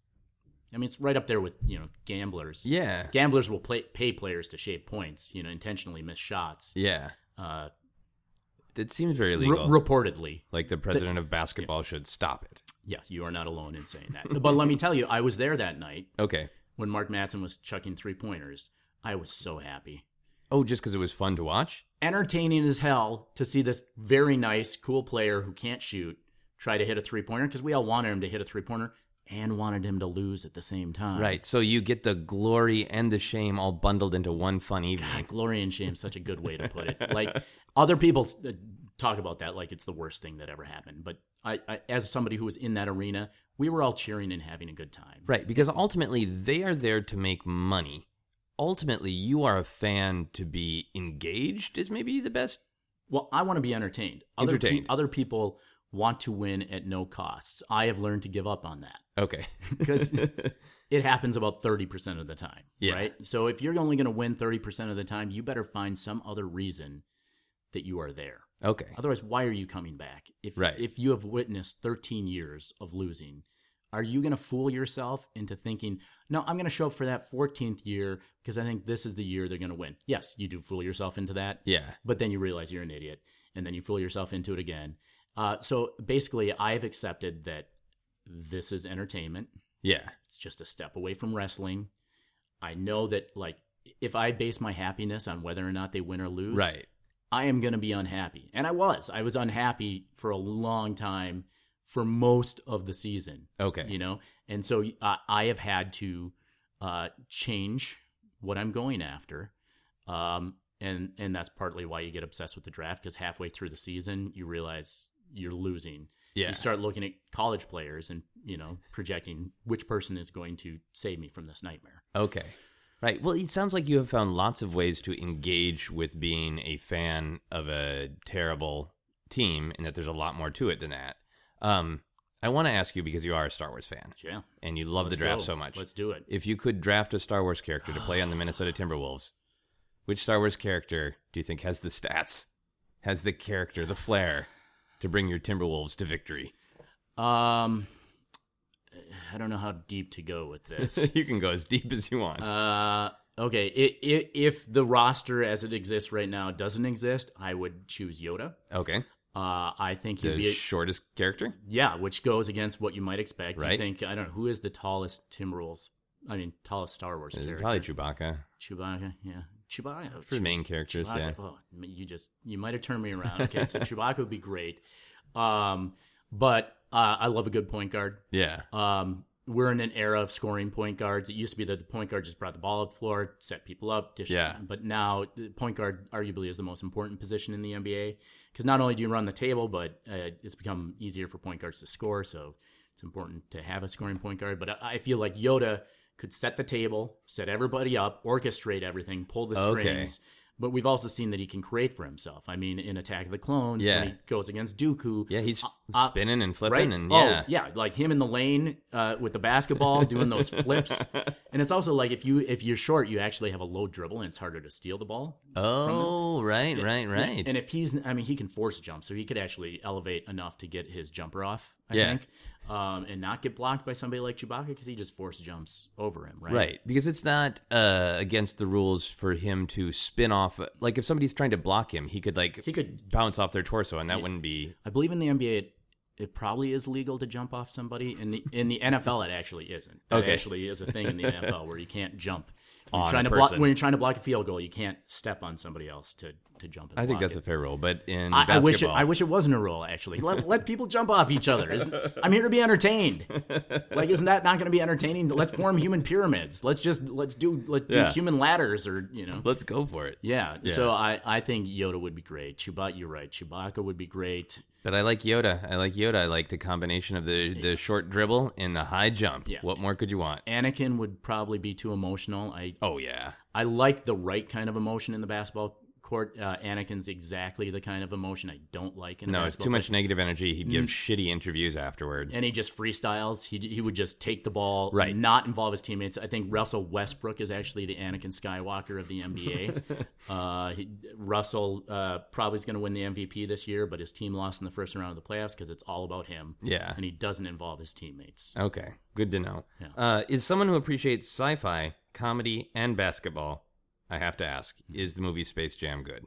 I mean, it's right up there with you know gamblers.
Yeah.
Gamblers will play, pay players to shave points, you know, intentionally miss shots,
Yeah.
uh,
That seems very
re-
legal.
reportedly.
like the president of basketball should stop it.
Yes, you are not alone in saying that. but let me tell you, I was there that night
Okay.
when Mark Matson was chucking three pointers. I was so happy.
Oh, just because it was fun to watch?
Entertaining as hell to see this very nice, cool player who can't shoot try to hit a three pointer because we all wanted him to hit a three pointer and wanted him to lose at the same time.
Right. So you get the glory and the shame all bundled into one fun evening.
God, glory and shame, such a good way to put it. <laughs> Like other people uh, talk about that, like it's the worst thing that ever happened. But I, I, as somebody who was in that arena, we were all cheering and having a good time.
Right. Because ultimately, they are there to make money. Ultimately, you are a fan to be engaged, is maybe the best.
Well, I want to be entertained. Other pe-
Entertained.
other people want to win at no costs. I have learned to give up on that
Okay.
because it happens about 30% of the time,
Yeah.
right? So if you're only going to win 30% of the time, you better find some other reason that you are there.
<laughs> Okay.
Otherwise, why are you coming back? If
Right.
if you have witnessed 13 years of losing, are you going to fool yourself into thinking, "No, I'm going to show up for that 14th year because I think this is the year they're going to win." Yes, you do fool yourself into that
Yeah.
but then you realize you're an idiot and then you fool yourself into it again uh, so basically i've accepted that this is entertainment
Yeah.
it's just a step away from wrestling i know that like if i base my happiness on whether or not they win or lose
Right.
i am going to be unhappy and i was i was unhappy for a long time for most of the season
Okay.
you know and so I i have had to uh, change what i'm going after um, and and that's partly why you get obsessed with the draft because halfway through the season you realize you're losing
yeah.
you start looking at college players and you know projecting which person is going to save me from this nightmare
Okay. Right. Well, it sounds like you have found lots of ways to engage with being a fan of a terrible team and that there's a lot more to it than that. Um, I want to ask you because you are a Star Wars fan
yeah
and you love
let's
the draft
go.
so much.
let's do it
If you could draft a Star Wars character to play on the Minnesota Timberwolves, which Star Wars character do you think has the stats, has the character, the flair to bring your Timberwolves to victory?
um i don't know how deep to go
<laughs>
with this
you can go as deep as you want.
Uh, okay. i i if the roster as it exists right now doesn't exist, I would choose Yoda.
okay.
Uh, I think he'd be
The
a,
shortest character?
yeah, which goes against what you might expect. I
Right.
think I don't know who is the tallest Timberwolves. I mean, tallest Star Wars character.
Uh, Probably Chewbacca.
Chewbacca. Yeah, Chewbacca.
For main characters, yeah.
Chewbacca. Oh, m- you just you might have turned me around. Okay, so Chewbacca would be great. Um, but uh, I love a good point guard.
Yeah.
Um, we're in an era of scoring point guards. It used to be that the point guard just brought the ball up the floor, set people up, dish
Yeah.
But now the point guard arguably is the most important position in the NBA because not only do you run the table, but uh, it's become easier for point guards to score. So it's important to have a scoring point guard. But I, I feel like Yoda could set the table, set everybody up, orchestrate everything, pull the
Okay.
strings. But we've also seen that he can create for himself. I mean, in Attack of the Clones,
Yeah.
when he goes against Dooku,
Yeah, he's
uh, uh,
spinning and flipping
right?
and yeah.
Oh, yeah, like him in the lane uh, with the basketball doing
<laughs>
those flips. And it's also like if you if you're short, you actually have a low dribble and it's harder to steal the ball.
Oh, right, right, right.
And if he's I mean he can force jump, so he could actually elevate enough to get his jumper off, I
Yeah.
think. um, and not get blocked by somebody like Chewbacca because he just force jumps over him, right?
Right, because it's not uh, against the rules for him to spin off. Like if somebody's trying to block him, he could like
He could.
bounce off their torso, and that wouldn't be
I believe in the NBA, it, it probably is legal to jump off somebody. In the in the NFL, it actually isn't. That
Okay.
actually is a thing in the NFL where you can't jump. When
On
you're
a
trying to block,
person.
when you're trying to block a field goal, you can't step on somebody else to to jump. And
I think
block
that's
it.
a fair rule, but in
I, I
basketball,
wish it, I wish it wasn't a rule. Actually, let, <laughs> let people jump off each other. Isn't- I'm here to be entertained. Like, isn't that not going to be entertaining? Let's form human pyramids. Let's just let's do let's do
Yeah.
human ladders or you know.
let's go for it.
Yeah. So I I think Yoda would be great. Chewbacca, you're right. Chewbacca would be great.
But I like Yoda. I like Yoda. I like the combination of the the short dribble and the high jump.
Yeah.
What more could you want?
Anakin would probably be too emotional. I
Oh yeah,
I like the right kind of emotion in the basketball court. Uh, Anakin's exactly the kind of emotion I don't like in a
no, it's
basketball. Mm.
too
court.
much negative energy. He'd give shitty interviews afterward.
and he just freestyles. He he would just take the ball,
Right.
Not involve his teammates. I think Russell Westbrook is actually the Anakin Skywalker of the NBA.
<laughs>
uh, he, Russell uh, probably is going to win the MVP this year, but his team lost in the first round of the playoffs because it's all about him.
Yeah. Uh,
and he doesn't involve his teammates.
Okay, good to know. Uh, is someone who appreciates sci-fi, comedy, and basketball? I have to ask:
Mm.
Is the movie Space Jam
<laughs>
good?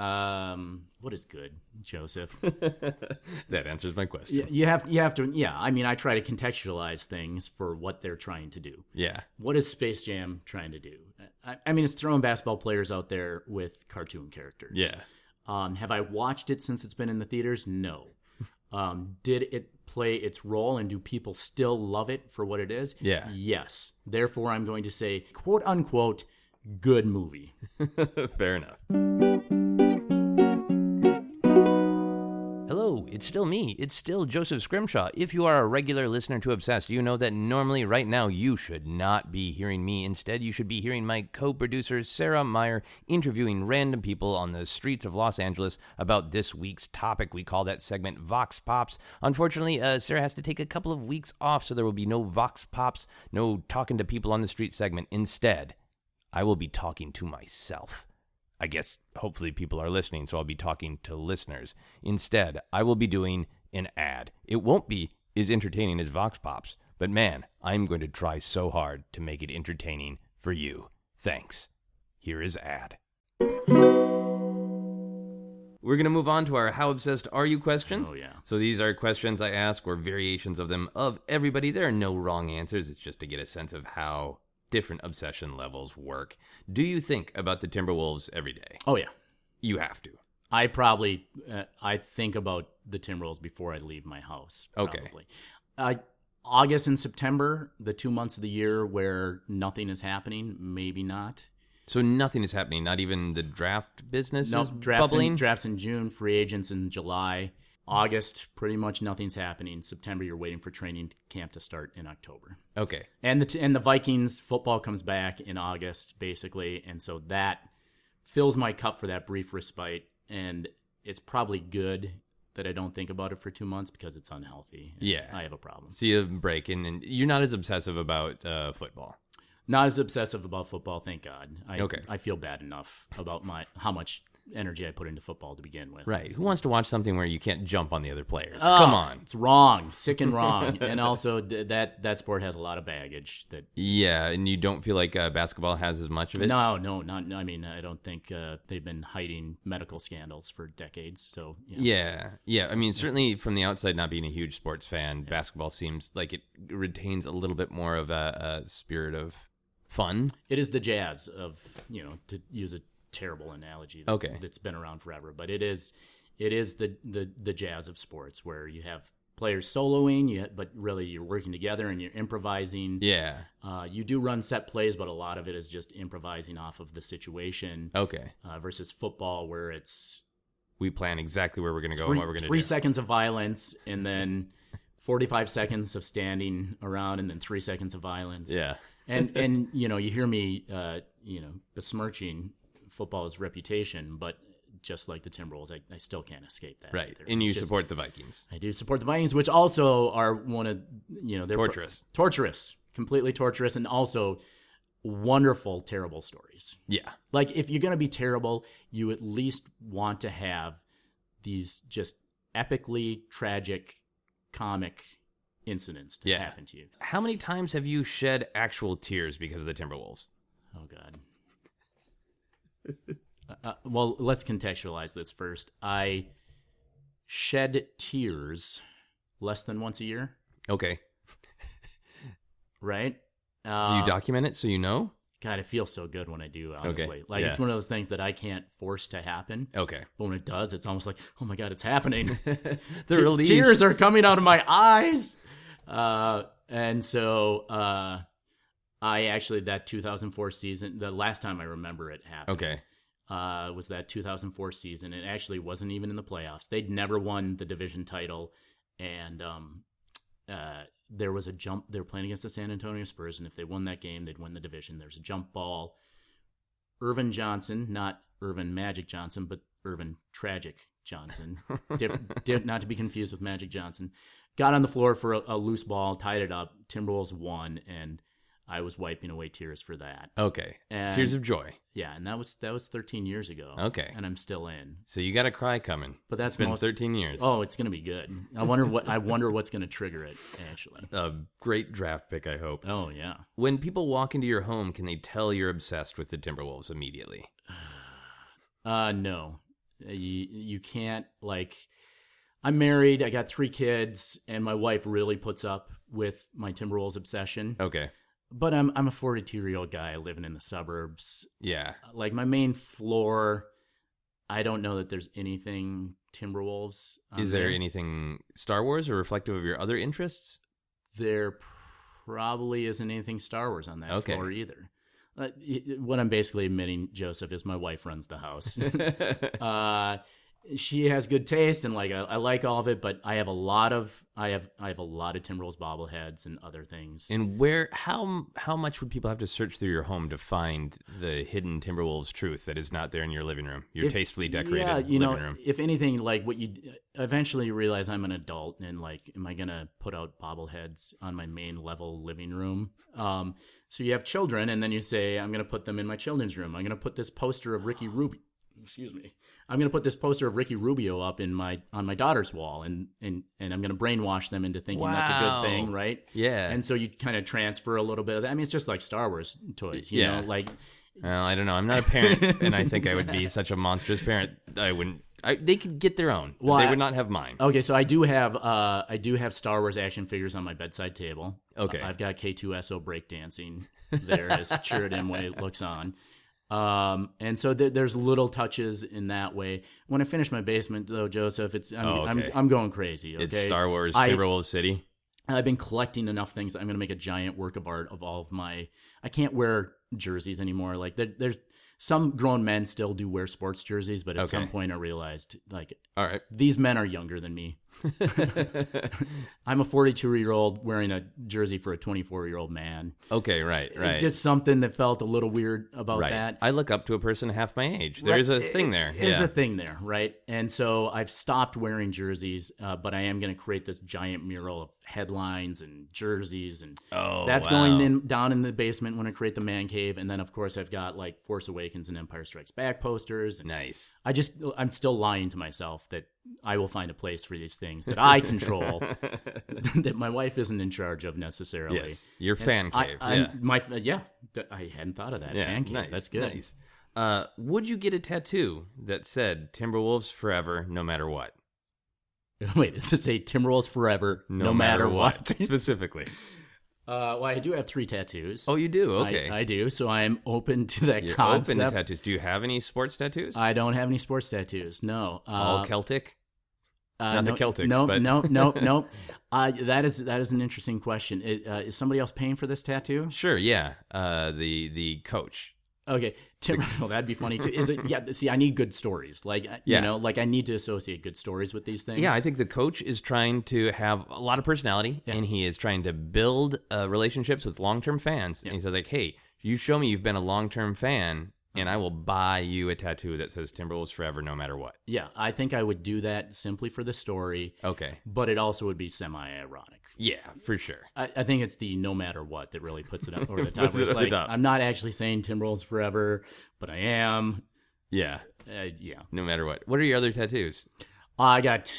Um, what is good, Joseph?
That answers my question.
Y- you have you have to. Yeah, I mean, I try to contextualize things for what they're trying to do.
Yeah.
What is Space Jam trying to do? I, I mean, it's throwing basketball players out there with cartoon characters.
Yeah.
Um, have I watched it since it's been in the theaters? No.
<laughs>
Um, did it play its role and do people still love it for what it is?
Yeah.
Yes. Therefore, I'm going to say, quote unquote, good movie.
<laughs> Fair enough. Hello, it's still me. It's still Joseph Scrimshaw. If you are a regular listener to Obsessed, you know that normally, right now, you should not be hearing me. Instead, you should be hearing my co producer, Sarah Meyer, interviewing random people on the streets of Los Angeles about this week's topic. We call that segment Vox Pops. Unfortunately, uh, Sarah has to take a couple of weeks off, so there will be no Vox Pops, no talking to people on the street segment. Instead, I will be talking to myself. I guess hopefully people are listening, so I'll be talking to listeners. Instead, I will be doing an ad. It won't be as entertaining as Vox Pops, but man, I'm going to try so hard to make it entertaining for you. Thanks. Here is ad. We're going to move on to our How Obsessed Are You questions.
Oh, yeah.
So these are questions I ask or variations of them of everybody. There are no wrong answers. It's just to get a sense of how different obsession levels work. Do you think about the Timberwolves every day?
Oh, yeah.
You have to.
I probably uh, I think about the Timberwolves before I leave my house.
Okay.
Probably. Uh, August and September, the two months of the year where nothing is happening, maybe not.
So nothing is happening. Not even the draft business
No,
is
drafts
bubbling.
in, drafts in June, free agents in July, August. Pretty much nothing's happening. September, you're waiting for training camp to start in October,
okay.
and the t- and the Vikings football comes back in August, basically, and so that fills my cup for that brief respite, and it's probably good that I don't think about it for two months because it's unhealthy. and
Yeah.
I have a problem.
So you break, and, and you're not as obsessive about uh, football.
Not as obsessive about football, thank God. I,
Okay.
I feel bad enough about my how much energy I put into football to begin with.
Right. Who wants to watch something where you can't jump on the other players?
Oh,
Come on.
it's wrong,
<laughs>
sick and wrong, and also th- that that sport has a lot of baggage. That
Yeah, and you don't feel like uh, basketball has as much of it.
no, no, not. I mean, I don't think uh, they've been hiding medical scandals for decades. So yeah.
Yeah, yeah. I mean, certainly from the outside, not being a huge sports fan, basketball seems like it retains a little bit more of a, a spirit of fun.
it is the jazz of you know to use a terrible analogy. That,
Okay.
that's been around forever, but it is it is the the the jazz of sports where you have players soloing, you, but really you're working together and you're improvising.
Yeah.
Uh, you do run set plays, but a lot of it is just improvising off of the situation.
Okay.
Uh, versus football, where it's
We plan exactly where we're gonna go
three,
and what we're gonna
three
do.
seconds of violence and then 45 seconds of standing around and then three seconds of violence
Yeah.
and and you know you hear me uh you know besmirching football's reputation but just like the timberwolves i, I still can't escape that
Right.
either.
And you
It's just-
support the Vikings.
i do support the vikings which also are one of you know they're pro-
Torturous.
torturous completely torturous and also wonderful terrible stories
Yeah.
like if you're going to be terrible, you at least want to have these just epically tragic comic incidents to
Yeah.
happen to you.
How many times have you shed actual tears because of the Timberwolves?
Oh God. uh, well, let's contextualize this first. I shed tears less than once a year,
Okay.
right?
Do
Uh,
you document it so you know?
God, it feels so good when I do. Honestly, like it's
yeah.
one of those things that I can't force to happen.
<laughs> Okay.
But when it does, it's almost like, oh my God,
<laughs>
it's happening. <laughs>
The
Te-
release.
Tears are coming out of my eyes. Uh, and so uh, I actually, that 2004 season, the last time I remember it happened
Okay.
uh, was that 2004 season. It actually wasn't even in the playoffs. They'd never won the division title. And um, uh, there was a jump. They were playing against the San Antonio Spurs. And if they won that game, they'd win the division. There's a jump ball. Irvin Johnson, not Irvin Magic Johnson, but Irvin Tragic
<laughs>
Johnson, diff, diff, not to be confused with Magic Johnson, got on the floor for a, a loose ball, tied it up. Timberwolves won. And I was wiping away tears for that.
Okay.
And-
tears of joy.
Yeah, and that was that was 13 years ago.
Okay.
and I'm still in.
So you got a cry coming.
But that's
It's been
most-
13 years.
Oh, it's gonna be good. I wonder what I wonder what's gonna trigger it actually.
A great draft pick, I hope.
Oh yeah,
When people walk into your home, can they tell you're obsessed with the Timberwolves immediately?
uh, no, you you can't like. I'm married. I got three kids, and my wife really puts up with my Timberwolves obsession.
Okay.
But I'm I'm a 42 year old guy living in the suburbs.
Yeah.
Like my main floor, I don't know that there's anything Timberwolves. on
Is there anything Star Wars or reflective of your other interests?
there probably isn't anything Star Wars on that
Okay.
floor either. Uh, y- y- what I'm basically admitting, Joseph, is my wife runs
<laughs>
the house. uh, she has good taste, and like I, I like all of it, but I have a lot of I have I have a lot of Timberwolves bobbleheads and other things.
And where how how much would people have to search through your home to find the hidden Timberwolves truth that is not there in your living room, your
If-
tastefully decorated
yeah, you
living
know,
room?
if anything, like what you d- eventually you realize, I'm an adult, and like, am I gonna put out bobbleheads on my main level living room? Um, so you have children, and then you say, I'm gonna put them in my children's room. I'm gonna put this poster of Ricky Rubio. Excuse me. I'm gonna put this poster of Ricky Rubio up in my on my daughter's wall, and and and I'm gonna brainwash them into thinking that's a
Wow.
good thing, right?
Yeah.
And so you kind of transfer a little bit of that. I mean, it's just like Star Wars toys, you
Yeah.
know, like
Well, I don't know. I'm not a parent, and I think I would
<laughs>
be such a monstrous parent. I wouldn't. I, they could get their own. but
Well,
they
I-
would not have mine.
Okay, so I do have uh, I do have Star Wars action figures on my bedside table.
Okay.
I've got K2SO breakdancing there as Jared Imway looks on. Um, and so th- there's little touches in that way. When I finish my basement, though, Joseph, it's I'm
Oh, okay.
I'm, I'm going crazy. Okay?
It's Star Wars
I-
Timberwolves City.
I've been collecting enough things. I'm going to make a giant work of art of all of my. I can't wear jerseys anymore. Like there, there's some grown men still do wear sports jerseys, but at some
Okay.
point I realized like
All right.
these men are younger than
<laughs>
me. I'm a 42 year old wearing a jersey for a 24 year old man.
Okay. Right. Right.
Just something that felt a little weird about
right.
that.
I look up to a person half my age. There's a thing there.
There's
yeah.
a thing there, right? And so I've stopped wearing jerseys, uh, but I am going to create this giant mural of headlines and jerseys, and
Oh,
that's
wow.
going in, down in the basement when I create the man cave. And then, of course, I've got like Force Awakens and Empire Strikes Back posters, and <laughs>
nice.
I just I'm still lying to myself that I will find a place for these things that
<laughs>
I control that my wife isn't in charge of necessarily.
Yes. Your fan
I,
cave.
I'm-
yeah.
my yeah, th- I hadn't thought of that.
Yeah.
Fan cave,
Nice.
that's good.
Nice. Uh, would you get a tattoo that said Timberwolves forever, no matter what?
<laughs> Wait, does it say Timberwolves forever, no,
<laughs>
matter, what?
specifically.
<laughs> uh, well, I do have three tattoos.
Oh, you do.
I-
Okay.
I, do. So I am open to that
You're
concept.
open to tattoos. Do you have any sports tattoos?
I don't have any sports tattoos. No. Uh,
All Celtic.
Uh,
Not the
no-
Celtics,
No,
but-
no,
<laughs>
no, no. Uh, that is that is an interesting question. It, uh, is somebody else paying for this tattoo?
Sure. Yeah. Uh, the the coach.
Okay, Tim. Well, that'd be funny too. Is it? Yeah. <laughs> See, I need good stories. Like I-
Yeah.
you know, like I need to associate good stories with these things.
Yeah, I think the coach is trying to have a lot of personality, and he is trying to build uh, relationships with long term fans. And he says like, "Hey, you show me you've been a long term fan, and I will buy you a tattoo that says Timberwolves forever, no matter what."
yeah. I think I would do that simply for the story,
Okay.
but it also would be semi-ironic.
Yeah, for sure.
I, I think it's the no matter what that really puts it up
<laughs>
over the top.
Puts it
where it's
over the
like,
top.
I'm not actually saying Tim rolls forever, but I am.
Yeah,
Uh, yeah,
no matter what. What are your other tattoos?
I got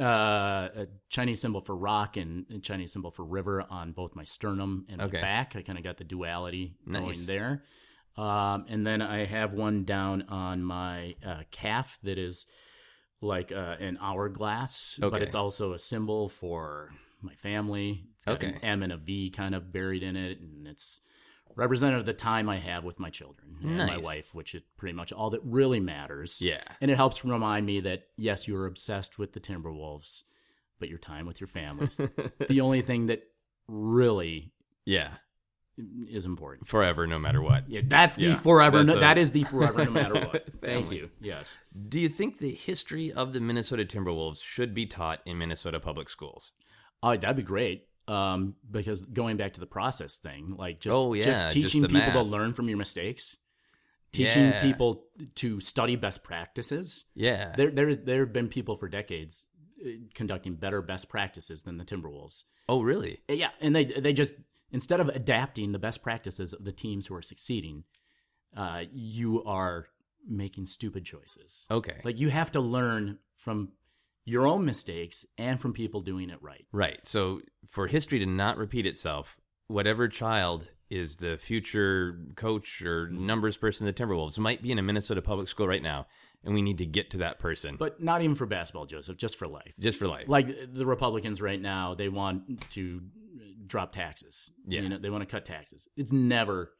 uh, a Chinese symbol for rock and a Chinese symbol for river on both my sternum and
Okay.
my back. I kind of got the duality
Nice.
going there. Um, and then I have one down on my uh, calf that is like uh, an hourglass, but
Okay.
it's also a symbol for my family. It's got an
Okay.
M and a V kind of buried in it, and it's representative of the time I have with my children and my
Nice.
wife, which is pretty much all that really matters.
Yeah.
And it helps remind me that yes, you are obsessed with the Timberwolves, but your time with your
<laughs>
family is the only thing that really
yeah.
is important.
Forever, no matter what.
Yeah, that's the
Yeah,
forever.
that's
no,
a-
that is the forever,
<laughs>
no matter what. Thank
Family.
you. Yes.
Do you think the history of the Minnesota Timberwolves should be taught in Minnesota public schools?
Oh, that'd be great. Um, because going back to the process thing, like just
Oh, yeah,
just
just
teaching
the
people to
math.
learn from your mistakes, teaching
Yeah.
people to study best practices.
Yeah.
There, there, there have been people for decades uh, conducting better best practices than the Timberwolves.
oh, really?
Yeah, and they they just instead of adapting the best practices of the teams who are succeeding, uh, you are making stupid choices.
Okay.
Like you have to learn from your own mistakes and from people doing it right.
right. So, for history to not repeat itself, whatever child is the future coach or numbers person of the Timberwolves might be in a Minnesota public school right now, and we need to get to that person.
But not even for basketball, Joseph, just for life.
just for life.
Like the Republicans right now, they want to drop taxes.
Yeah.
You know, they want to cut taxes. It's never,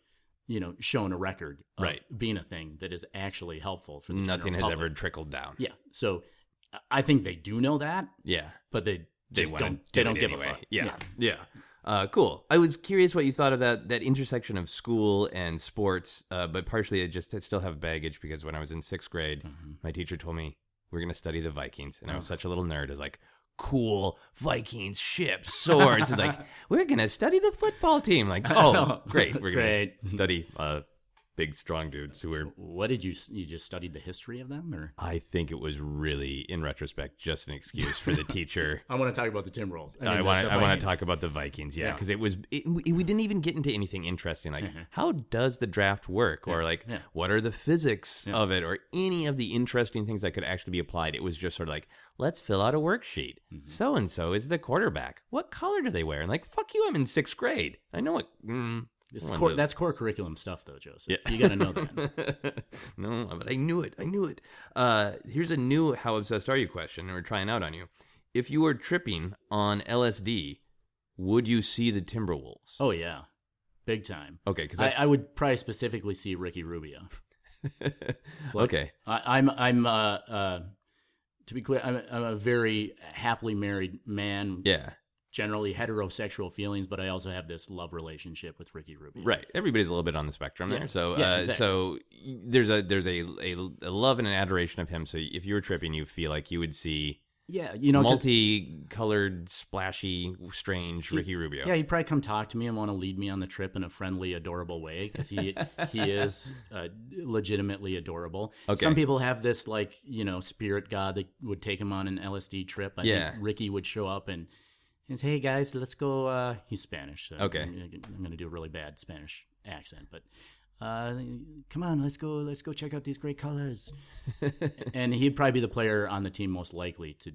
you know, shown a record of
Right.
being a thing that is actually helpful for the general
Nothing has
public.
ever trickled down.
Yeah. So I- I think they do know that,
Yeah.
but they
They
just
wanna
don't
do
they don't
it
give a
anyway.
fuck.
Yeah. Yeah. Uh, cool. I was curious what you thought of that that intersection of school and sports, uh, but partially I just I still have baggage because when I was in sixth grade,
Mm-hmm.
my teacher told me we're going to study the Vikings, and I was such a little nerd. I was like, cool Vikings, ships, swords, and like we're going to study the football team. Like, oh, great, we're going
Great.
to <laughs> study uh, big strong dudes who are.
What did you s- you just studied the history of them or
I think it was really, in retrospect, just an excuse for the teacher.
I want to talk about the Timberwolves. mean,
I
the-
want
the
I want
Vikings.
to talk about the Vikings, yeah,
Yeah. Mm-hmm.
because it was it, we we didn't even get into anything interesting like how does the draft work or like
Yeah.
what are the physics of it or any of the interesting things that could actually be applied. It was just sort of like let's fill out a worksheet.
Mm-hmm.
So and so is the quarterback. What color do they wear? And like fuck you, I'm in sixth grade. I know what. Mm, <laughs>
It's
I
core,
wanted
that's core curriculum stuff, though, Joseph.
Yeah.
You got to
<laughs>
know that.
no, but I knew it. I knew it. Uh, here's a new "How obsessed are you?" question, and we're trying out on you. If you were tripping on LSD, would you see the Timberwolves?
oh yeah, big time.
okay, because
I, I would probably specifically see Ricky Rubio. Like,
okay,
I, I'm I'm uh, uh, to be clear, I'm, a- I'm a very happily married man.
yeah,
Generally heterosexual feelings, but I also have this love relationship with Ricky Rubio.
right. Everybody's a little bit on the spectrum
Yeah.
there. So,
Yeah,
uh,
exactly.
so y- there's a there's a, a a love and an adoration of him. So if you were tripping, you feel like you would see
Yeah. You know, 'cause-
multi-colored, splashy, strange Ricky Rubio.
Yeah, he'd probably come talk to me and want to lead me on the trip in a friendly, adorable way because he he is uh, legitimately adorable.
Okay.
Some people have this like you know spirit god that would take him on an LSD trip. I
Yeah.
think Ricky would show up and and say, "Hey guys, let's go." Uh, he's Spanish. So
Okay.
I'm, I'm gonna do a really bad Spanish accent, but. Uh, come on, let's go. Let's go check out these great
<laughs>
colors. and he'd probably be the player on the team most likely to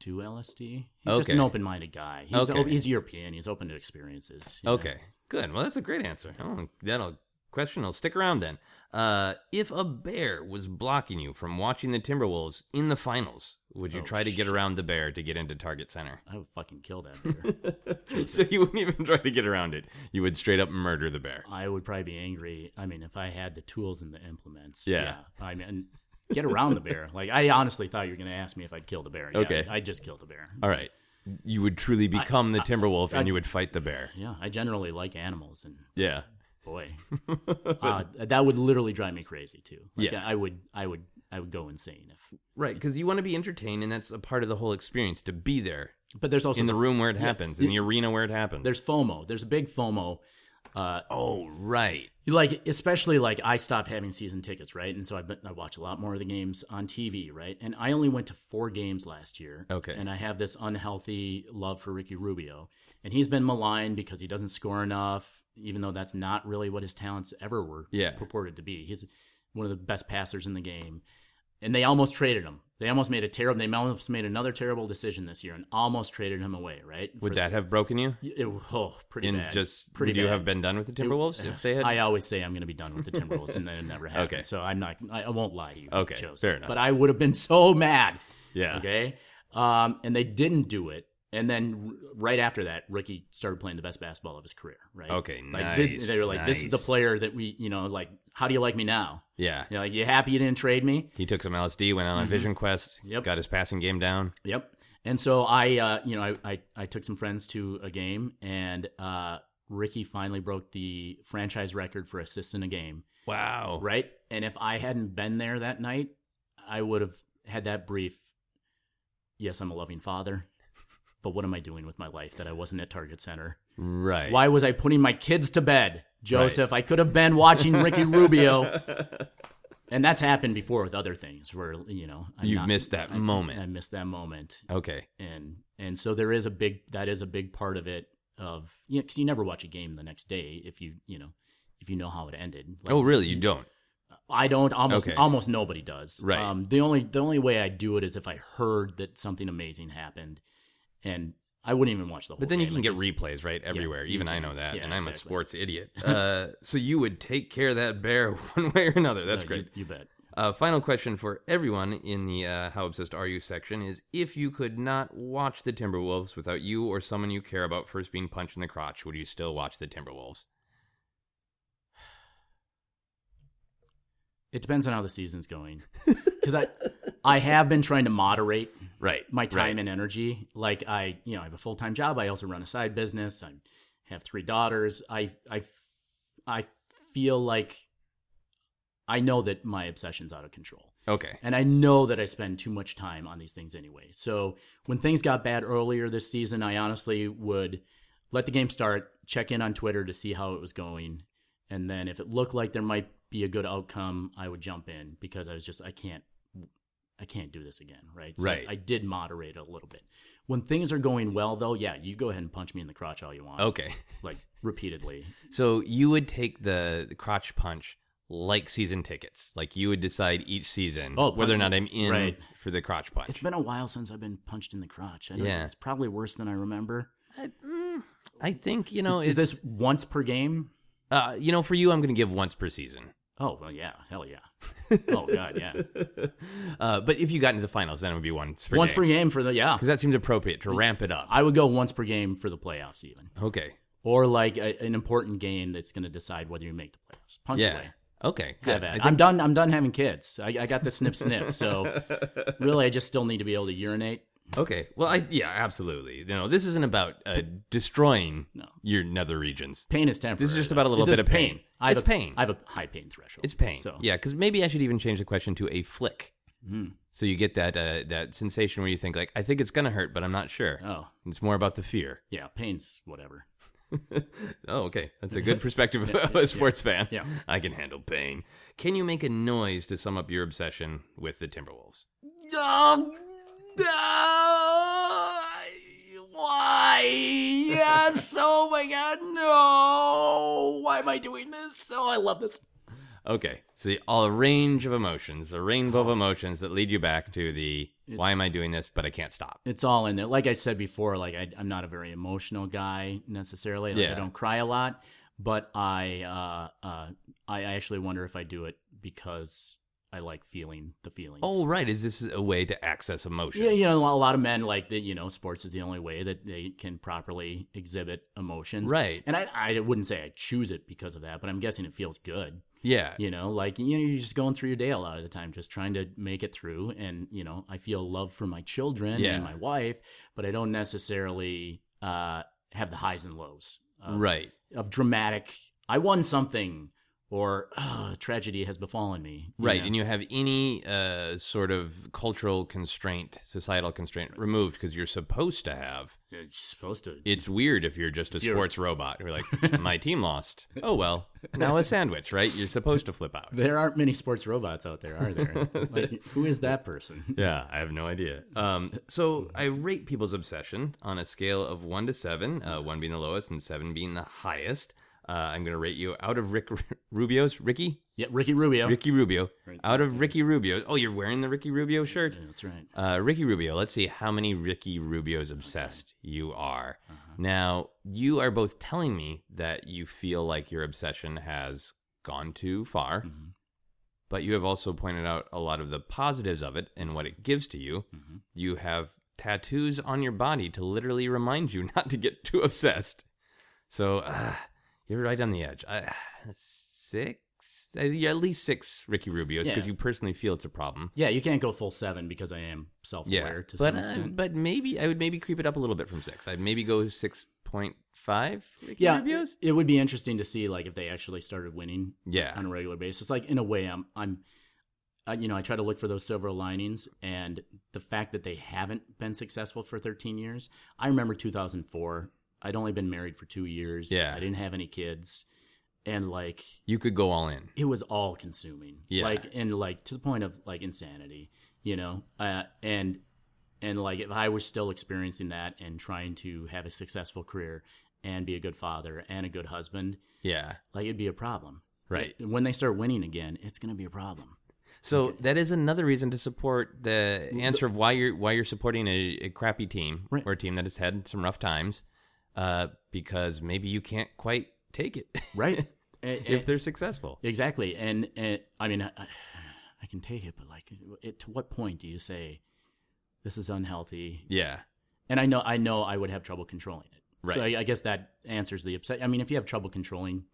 do LSD. He's just
Okay.
an open-minded guy. He's,
Okay.
o- he's European. He's open to experiences. you know?
Okay, good. Well, that's a great answer. Oh, that'll question will stick around then. Uh, if a bear was blocking you from watching the Timberwolves in the finals, would you
Oh,
try to get
shit.
around the bear to get into Target Center?
I would fucking kill that
<laughs>
bear.
so you wouldn't even try to get around it. You would straight up murder the bear.
I would probably be angry. I mean, if I had the tools and the implements.
Yeah.
I mean, get around the bear. Like, I honestly thought you were going to ask me if I'd kill the bear. Yeah,
Okay.
I'd just kill the bear.
All right, you would truly become the Timberwolf, and you would fight the bear.
Yeah. I generally like animals, and
Yeah. <laughs>
boy, uh, that would literally drive me crazy, too. Like,
Yeah.
I would, I would, I would go insane if.
Right, because you want to be entertained, and that's a part of the whole experience to be there
But there's also
in the
the-
room where it happens, in the arena where it happens.
There's FOMO. There's a big FOMO. Uh,
oh, right.
like especially like I stopped having season tickets, right? And so I I watch a lot more of the games on TV, right? And I only went to four games last year.
Okay.
And I have this unhealthy love for Ricky Rubio, and he's been maligned because he doesn't score enough, even though that's not really what his talents ever were
Yeah.
purported to be. He's one of the best passers in the game. and they almost traded him. They almost made a terrible. They almost made another terrible decision this year and almost traded him away. Right?
Would
For-
that have broken you?
It, oh, pretty
In
bad.
just
pretty
would you
bad.
have been done with the Timberwolves if they had?
I uh, always say I'm going to be done with the Timberwolves, and then it never happened.
Okay.
So I'm not. I, I won't lie to you.
Okay,
Joseph.
fair enough.
But I would have been so mad.
yeah.
Okay. Um, and they didn't do it. And then r- right after that, Ricky started playing the best basketball of his career. Right.
Okay,
Like, they-
nice,
They, were like, "This is the
nice.
player that we, you know, like, how do you like me now?
Yeah.
You know, like, you happy you didn't trade me?
He took some LSD, went on a vision quest,
Mm-hmm. Yep.
got his passing game down.
Yep. And so I, uh, you know, I, I, I took some friends to a game, and uh, Ricky finally broke the franchise record for assists in a game.
Wow.
Right. And if I hadn't been there that night, I would have had that brief. Yes, I'm a loving father, but what am I doing with my life that I wasn't at Target Center?
Right.
Why was I putting my kids to bed, Joseph? I could have been watching Ricky Rubio.
<laughs>
And that's happened before with other things where you know I'm
You've missed that
I-
moment.
I missed that moment
Okay.
and and so there is a big that is a big part of it of you know because you never watch a game the next day if you you know if you know how it ended Like,
Oh, really? You don't?
i don't almost
Okay.
almost nobody does Um,
Right.
the only the only way i do it is if i heard that something amazing happened and i wouldn't even watch the whole
But then you
game.
can
Like,
get
just-
replays, right? Everywhere.
you
Even
can.
I know that,
Yeah,
and I'm a
exactly.
sports
<laughs>
idiot. Uh, so you would take care of that bear <laughs> one way or another. That's
no,
great.
you, you bet
Uh, final question for everyone in the uh, How Obsessed Are You section is if you could not watch the Timberwolves without you or someone you care about first being punched in the crotch, would you still watch the Timberwolves?
it depends on how the
<laughs>
season's going because i i have been trying to moderate
Right.
my time
Right.
and energy. Like I, you know, I have a full time job. I also run a side business. I have three daughters. I, I, I feel like I know that my obsession's out of control,
Okay.
and I know that I spend too much time on these things anyway. So when things got bad earlier this season, I honestly would let the game start, check in on Twitter to see how it was going, and then if it looked like there might be a good outcome, I would jump in because I was just I can't I can't do this again, right? So
Right.
I did moderate a little bit. When things are going well, though, yeah, you go ahead and punch me in the crotch all you want,
Okay.
like repeatedly.
So you would take the, the crotch punch like season tickets. Like you would decide each season
Oh,
whether or not I'm
punch-
in
right.
for the crotch punch.
It's been a while since I've been punched in the crotch. I don't,
Yeah.
it's probably worse than I remember.
I think, you know,
Is
it's-
this once per game?
uh, you know, for you I'm gonna give once per <laughs> season.
Oh well, yeah, hell <laughs> yeah. Oh god, yeah.
Uh, but if you got into the finals, then it would be once per
once
game.
per game for the yeah.
because that seems appropriate to ramp it up.
I would go once per game for the playoffs, even
Okay.
or like a, an important game that's going to decide whether you make the playoffs. Punch
Yeah.
away.
Okay.
Have
Good.
at
I
it.
think-
I'm done. I'm done having kids. I, I got the snip snip.
<laughs>
So really, I just still need to be able to urinate.
Okay. Well, I yeah, absolutely. You know, this isn't about uh, destroying
No.
your nether regions.
Pain is temporary.
This is just about a little
This
bit
is
of pain.
I have
It's
a-
pain.
I have a high pain threshold.
It's pain.
So
Yeah, because maybe I should even change the question to a flick. So you get that uh, that sensation where you think like, I think it's gonna hurt, but I'm not sure.
Oh
It's more about the fear.
yeah, pain's whatever.
Oh, okay.
<laughs>
That's a good perspective of a sports fan.
Yeah.
I can handle pain. Can you make a noise to sum up your obsession with the Timberwolves?
Why?
<laughs>
Yes. Oh my God. No. Why am I doing this? Oh, I love this.
Okay. So all a range of emotions, a rainbow of emotions that lead you back to the why am I doing this, but I can't stop.
It's all in there. Like I said before, like I, I'm not a very emotional guy necessarily. Like,
Yeah.
I don't cry a lot, but I, uh, uh, I I actually wonder if I do it because I like feeling the feelings.
Oh, right. Is this a way to access emotion?
Yeah, you know, a lot of men like that. You know, sports is the only way that they can properly exhibit emotions.
Right.
And I, I wouldn't say I choose it because of that, but I'm guessing it feels good.
Yeah.
You know, like you know, you're just going through your day a lot of the time, just trying to make it through. And you know, I feel love for my children
Yeah.
and my wife, but I don't necessarily uh, have the highs and lows. Of,
Right.
Of dramatic, I won something, or oh, tragedy has befallen me.
Right.
know?
And you have any uh, sort of cultural constraint, societal constraint removed because you're supposed to have.
You're supposed to.
It's weird if you're just a
you're-
sports robot. You're
<laughs>
like, my team lost. Oh, well. Now a sandwich, right? You're supposed to flip out.
There aren't many sports robots out there,
<laughs>
are there? like, who is that person?
Yeah, I have no idea. Um, so I rate people's obsession on a scale of one to seven, uh, one being the lowest and seven being the highest. Uh, I'm going to rate you out of Rick <laughs> Rubio's Ricky
Yeah, Ricky Rubio.
Ricky Rubio
Right.
out of Ricky Rubio. Oh, you're wearing the Ricky Rubio shirt.
Yeah, that's right.
Uh, Ricky Rubio. Let's see how many Ricky Rubios obsessed you are. Now you are both telling me that you feel like your obsession has gone too far, but you have also pointed out a lot of the positives of it and what it gives to you. You have tattoos on your body to literally remind you <laughs> not to get too obsessed. So uh, you're right on the edge. Uh, six, uh, yeah, at least six Ricky Rubios because
Yeah.
you personally feel it's a problem.
Yeah, you can't go full seven because I am self-aware
Yeah,
to
but
some
uh,
extent.
but maybe I would maybe creep it up a little bit from six. I'd maybe go six point five. Ricky
yeah,
Rubios?
it would be interesting to see like if they actually started winning
yeah,
on a regular basis. Like in a way, I'm I'm, I, you know, I try to look for those silver linings, and the fact that they haven't been successful for 13 years. I remember 2004. I'd only been married for two years.
Yeah.
I didn't have any kids, and like
you could go all in.
it was all consuming
Yeah.
like and like to the point of like insanity you know uh, and and like if i was still experiencing that and trying to have a successful career and be a good father and a good husband
Yeah,
like it'd be a problem
Right.
It- when they start winning again it's gonna be a problem
so that is another reason to support the answer of why you're why you're supporting a, a crappy team
Right.
or a team that has had some rough times, uh, because maybe you can't quite take it <laughs>
right <laughs> And-
if
and-
they're successful.
exactly and, and i mean I, I can take it but like it, to what point do you say this is unhealthy
Yeah,
and I know I know I would have trouble controlling it. So
Right.
I, I guess that answers the obsession. I mean, if you have trouble controlling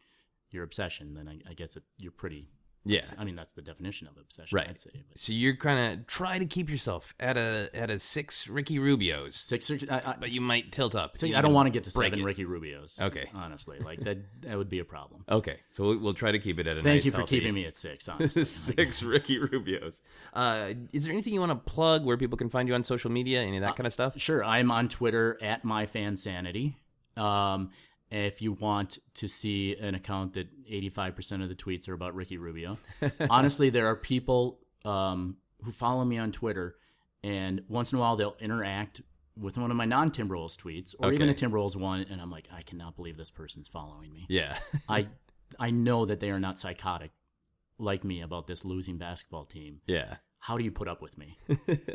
your obsession, then I, I guess it, you're pretty.
yeah.
I mean, that's the definition of obsession.
Right.
I'd say. But
So you're kind of try to keep yourself at a at a six Ricky Rubios,
six. Or, I, I,
but you might tilt up.
So
You
I don't
can
want to get to
break
seven
it.
Ricky Rubios.
Okay.
Honestly, like that that would be a problem.
Okay, so we'll- we'll try to keep it at <laughs> a nice,
Thank you for
healthy- <laughs>
keeping me at six. Honestly.
six Ricky Rubios. Uh, is there anything you want to plug where people can find you on social media, any of
Uh,
that kind of stuff?
Sure, I'm on Twitter at myfansanity. Um, if you want to see an account that 85% of the tweets are about Ricky Rubio, honestly, there are people um, who follow me on Twitter, and once in a while they'll interact with one of my non Timberwolves tweets or even a
Okay.
Timberwolves one, and I'm like, I cannot believe this person's following me.
Yeah, <laughs>
I I know that they are not psychotic like me about this losing basketball team
yeah,
how do you put up with
<laughs>
me?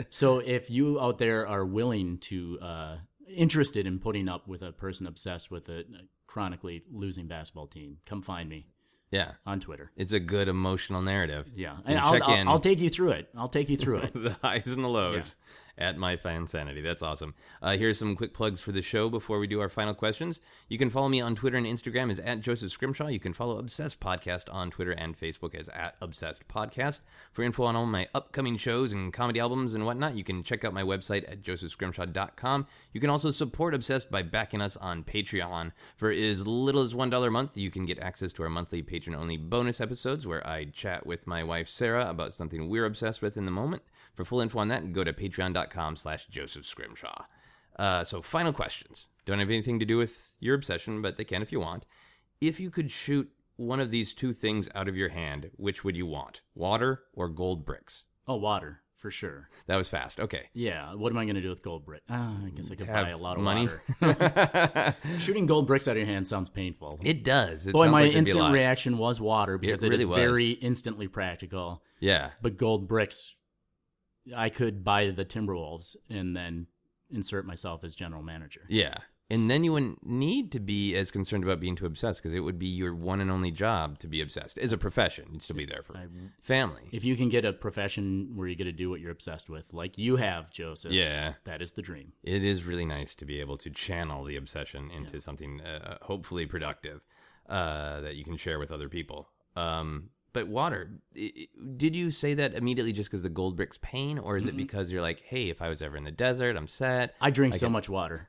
so if you out there are willing to uh, interested in putting up with a person obsessed with a chronically losing basketball team, come find me
yeah.
on Twitter.
It's a good emotional narrative.
Yeah,
And
and I'll,
check
I'll,
in.
I'll take you through it. I'll take you through
<laughs>
it.
the highs and the lows at my fan sanity. That's awesome. Uh, here's some quick plugs for the show before we do our final questions. You can follow me on Twitter and Instagram as at Joseph Scrimshaw. You can follow Obsessed Podcast on Twitter and Facebook as at Obsessed Podcast. For info on all my upcoming shows and comedy albums and whatnot, you can check out my website at josephscrimshaw.com. You can also support Obsessed by backing us on Patreon. For as little as $1 a month, you can get access to our monthly patron only bonus episodes where I chat with my wife Sarah about something we're obsessed with in the moment. For full info on that, go to patreon.com slash Joseph Scrimshaw. Uh, so final questions. Don't have anything to do with your obsession, but they can if you want. If you could shoot one of these two things out of your hand, which would you want? Water or gold bricks?
Oh, water for sure.
That was fast. Okay.
Yeah. What am I going to do with gold brick? Uh, I guess I could buy a
Have
lot of
money.
water.
<laughs>
Shooting gold bricks out of your hand sounds painful.
It does. It
Boy,
sounds
my
like there'd be a
instant
lot.
reaction was water because it is
really was.
very instantly practical.
Yeah.
but gold bricks i could buy the timberwolves and then insert myself as general manager
Yeah. And then you wouldn't need to be as concerned about being too obsessed because it would be your one and only job to be obsessed as a profession. You'd still be there for
I-
family.
if you can get a profession where you get to do what you're obsessed with like you have joseph
yeah.
that is the dream
It is really nice to be able to channel the obsession into something uh, hopefully productive uh, that you can share with other people. Um, but water, i- i- did you say that immediately just because the gold bricks pain, or
Mm-hmm.
is it because you're like, hey, if I was ever in the desert, I'm set?
i drink so much water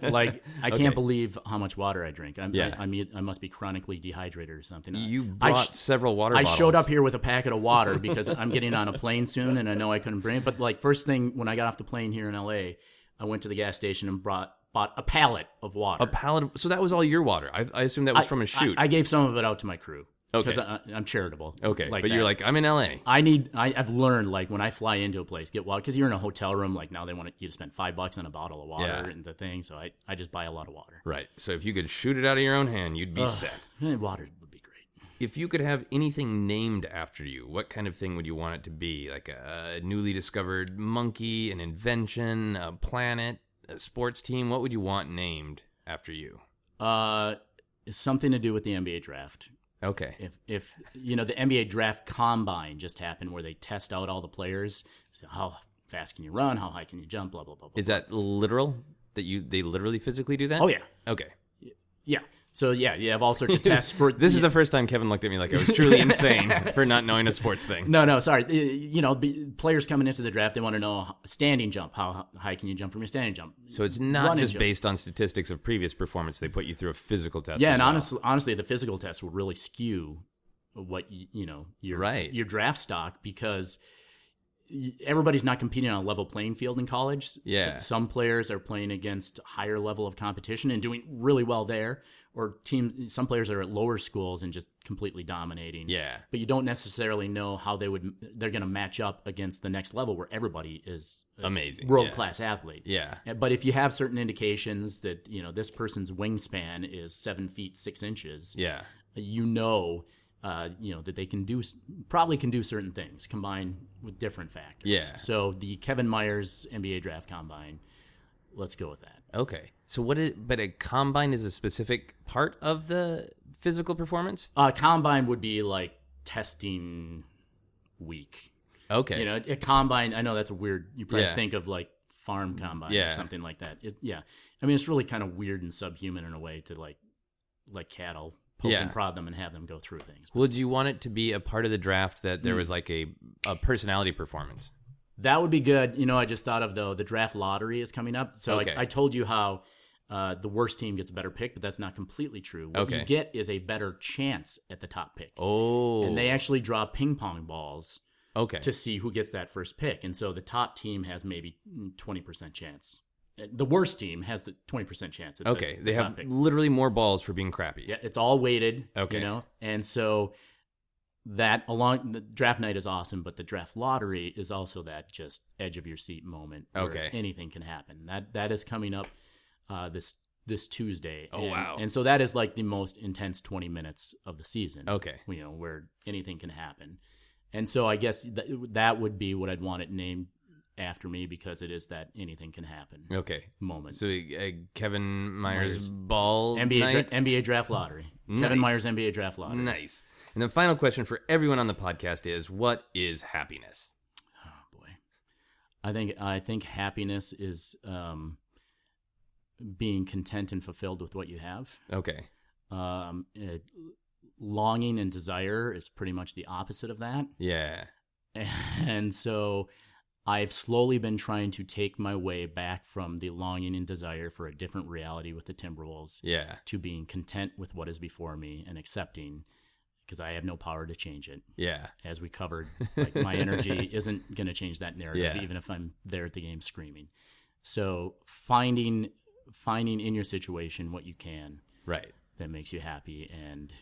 like i can't
Okay.
believe how much water i drink I'm,
Yeah.
I, I'm, I must be chronically dehydrated or something
You
I
brought
sh-
several water
I
bottles.
showed up here with a packet of water because I'm getting on a plane soon and I know I couldn't bring it. But like first thing when I got off the plane here in LA, I went to the gas station and brought bought a pallet of water.
A pallet. Of, so that was all your water. I, I assume that was from a shoot.
I, I gave some of it out to my crew. because
Okay.
I'm charitable.
okay. but
that.
you're like, I'm in LA.
I need. I, I've learned like when I fly into a place, get water because you're in a hotel room. Like now they want you to spend five bucks on a bottle of water
Yeah.
and the thing. So I, I just buy a lot of water.
Right. So if you could shoot it out of your own hand, you'd be set.
Eh, Water would be great.
If you could have anything named after you, what kind of thing would you want it to be? Like a, a newly discovered monkey, an invention, a planet, a sports team? What would you want named after you?
Uh, it's something to do with the NBA draft.
Okay.
If if you know the NBA draft combine just happened where they test out all the players. So how fast can you run? How high can you jump? Blah blah blah. blah.
Is that literal? That you they literally physically do that?
oh yeah,
Okay.
yeah. So yeah, you have all sorts
<laughs>
of tests for
This is the first time Kevin looked at me like I was
<laughs>
truly insane for not knowing a sports thing.
No, no, sorry. Uh, You know, be, players coming into the draft, they want to know h- standing jump. How h- high can you jump from your standing jump?
So it's not
Running
just
joke.
based on statistics of previous performance. They put you through a physical test.
yeah,
as
and
well.
honestly, honestly, the physical test will really skew what you, you know your
Right.
your draft stock because y- everybody's not competing on a level playing field in college. S-
Yeah.
some players are playing against higher level of competition and doing really well there, or team. Some players are at lower schools and just completely dominating.
Yeah.
but you don't necessarily know how they would they're going to match up against the next level where everybody is a
Amazing, yeah.
world class athlete
Yeah.
Uh, but if you have certain indications that you know this person's wingspan is seven feet six inches
Yeah.
you know uh, you know that they can do s- probably can do certain things combined with different factors
Yeah.
so the kevin myers nba draft combine let's go with that
Okay. So what is but a combine is a specific part of the physical performance?
uh, combine would be like testing week
Okay.
you know a combine i know that's a weird you probably
Eh, Yeah.
think of like farm combine
Yeah.
or something like that it, yeah i mean it's really kind of weird and subhuman in a way to like like cattle poke
Yeah.
and prod them and have them go through things
Would you want it to be a part of the draft that
Hmm.
there was like a, a personality performance?
that would be good you know i just thought of though the draft lottery is coming up so like,
Okay.
i told you how uh, the worst team gets a better pick but that's not completely true what
Okay.
you get is a better chance at the top pick
Oh.
and they actually draw ping pong balls
okay.
to see who gets that first pick. And so the top team has maybe 20% chance. The worst team has the 20% chance. At the-
okay.
the
They
top
have
pick.
literally more balls for being crappy.
Yeah, it's all weighted.
Okay.
You know? And so that along the draft night is awesome, but the draft lottery is also that just edge of your seat moment where
Okay.
anything can happen. That that is coming up uh, this this Tuesday.
Oh,
and,
wow.
And so that is like the most intense 20 minutes of the season
Okay.
you know, where anything can happen. And so I guess th- that would be what I'd want it named after me because it is that anything can happen
Okay.
moment.
So uh, Kevin Myers,
Myers.
ball
NBA,
night?
dra- NBA draft lottery.
Nice.
Kevin Myers NBA draft lottery.
Nice. And the final question for everyone on the podcast is what is happiness?
Oh boy, I think I think happiness is um, being content and fulfilled with what you have.
Okay.
Um, eh, longing and desire is pretty much the opposite of that.
Yeah.
<laughs> And so I've slowly been trying to take my way back from the longing and desire for a different reality with the Timberwolves
Yeah.
to being content with what is before me and accepting because I have no power to change it.
Yeah.
As we covered, like my energy isn't going to change that narrative
Yeah.
even if I'm there at the game screaming. So finding finding in your situation what you can
Right.
that makes you happy and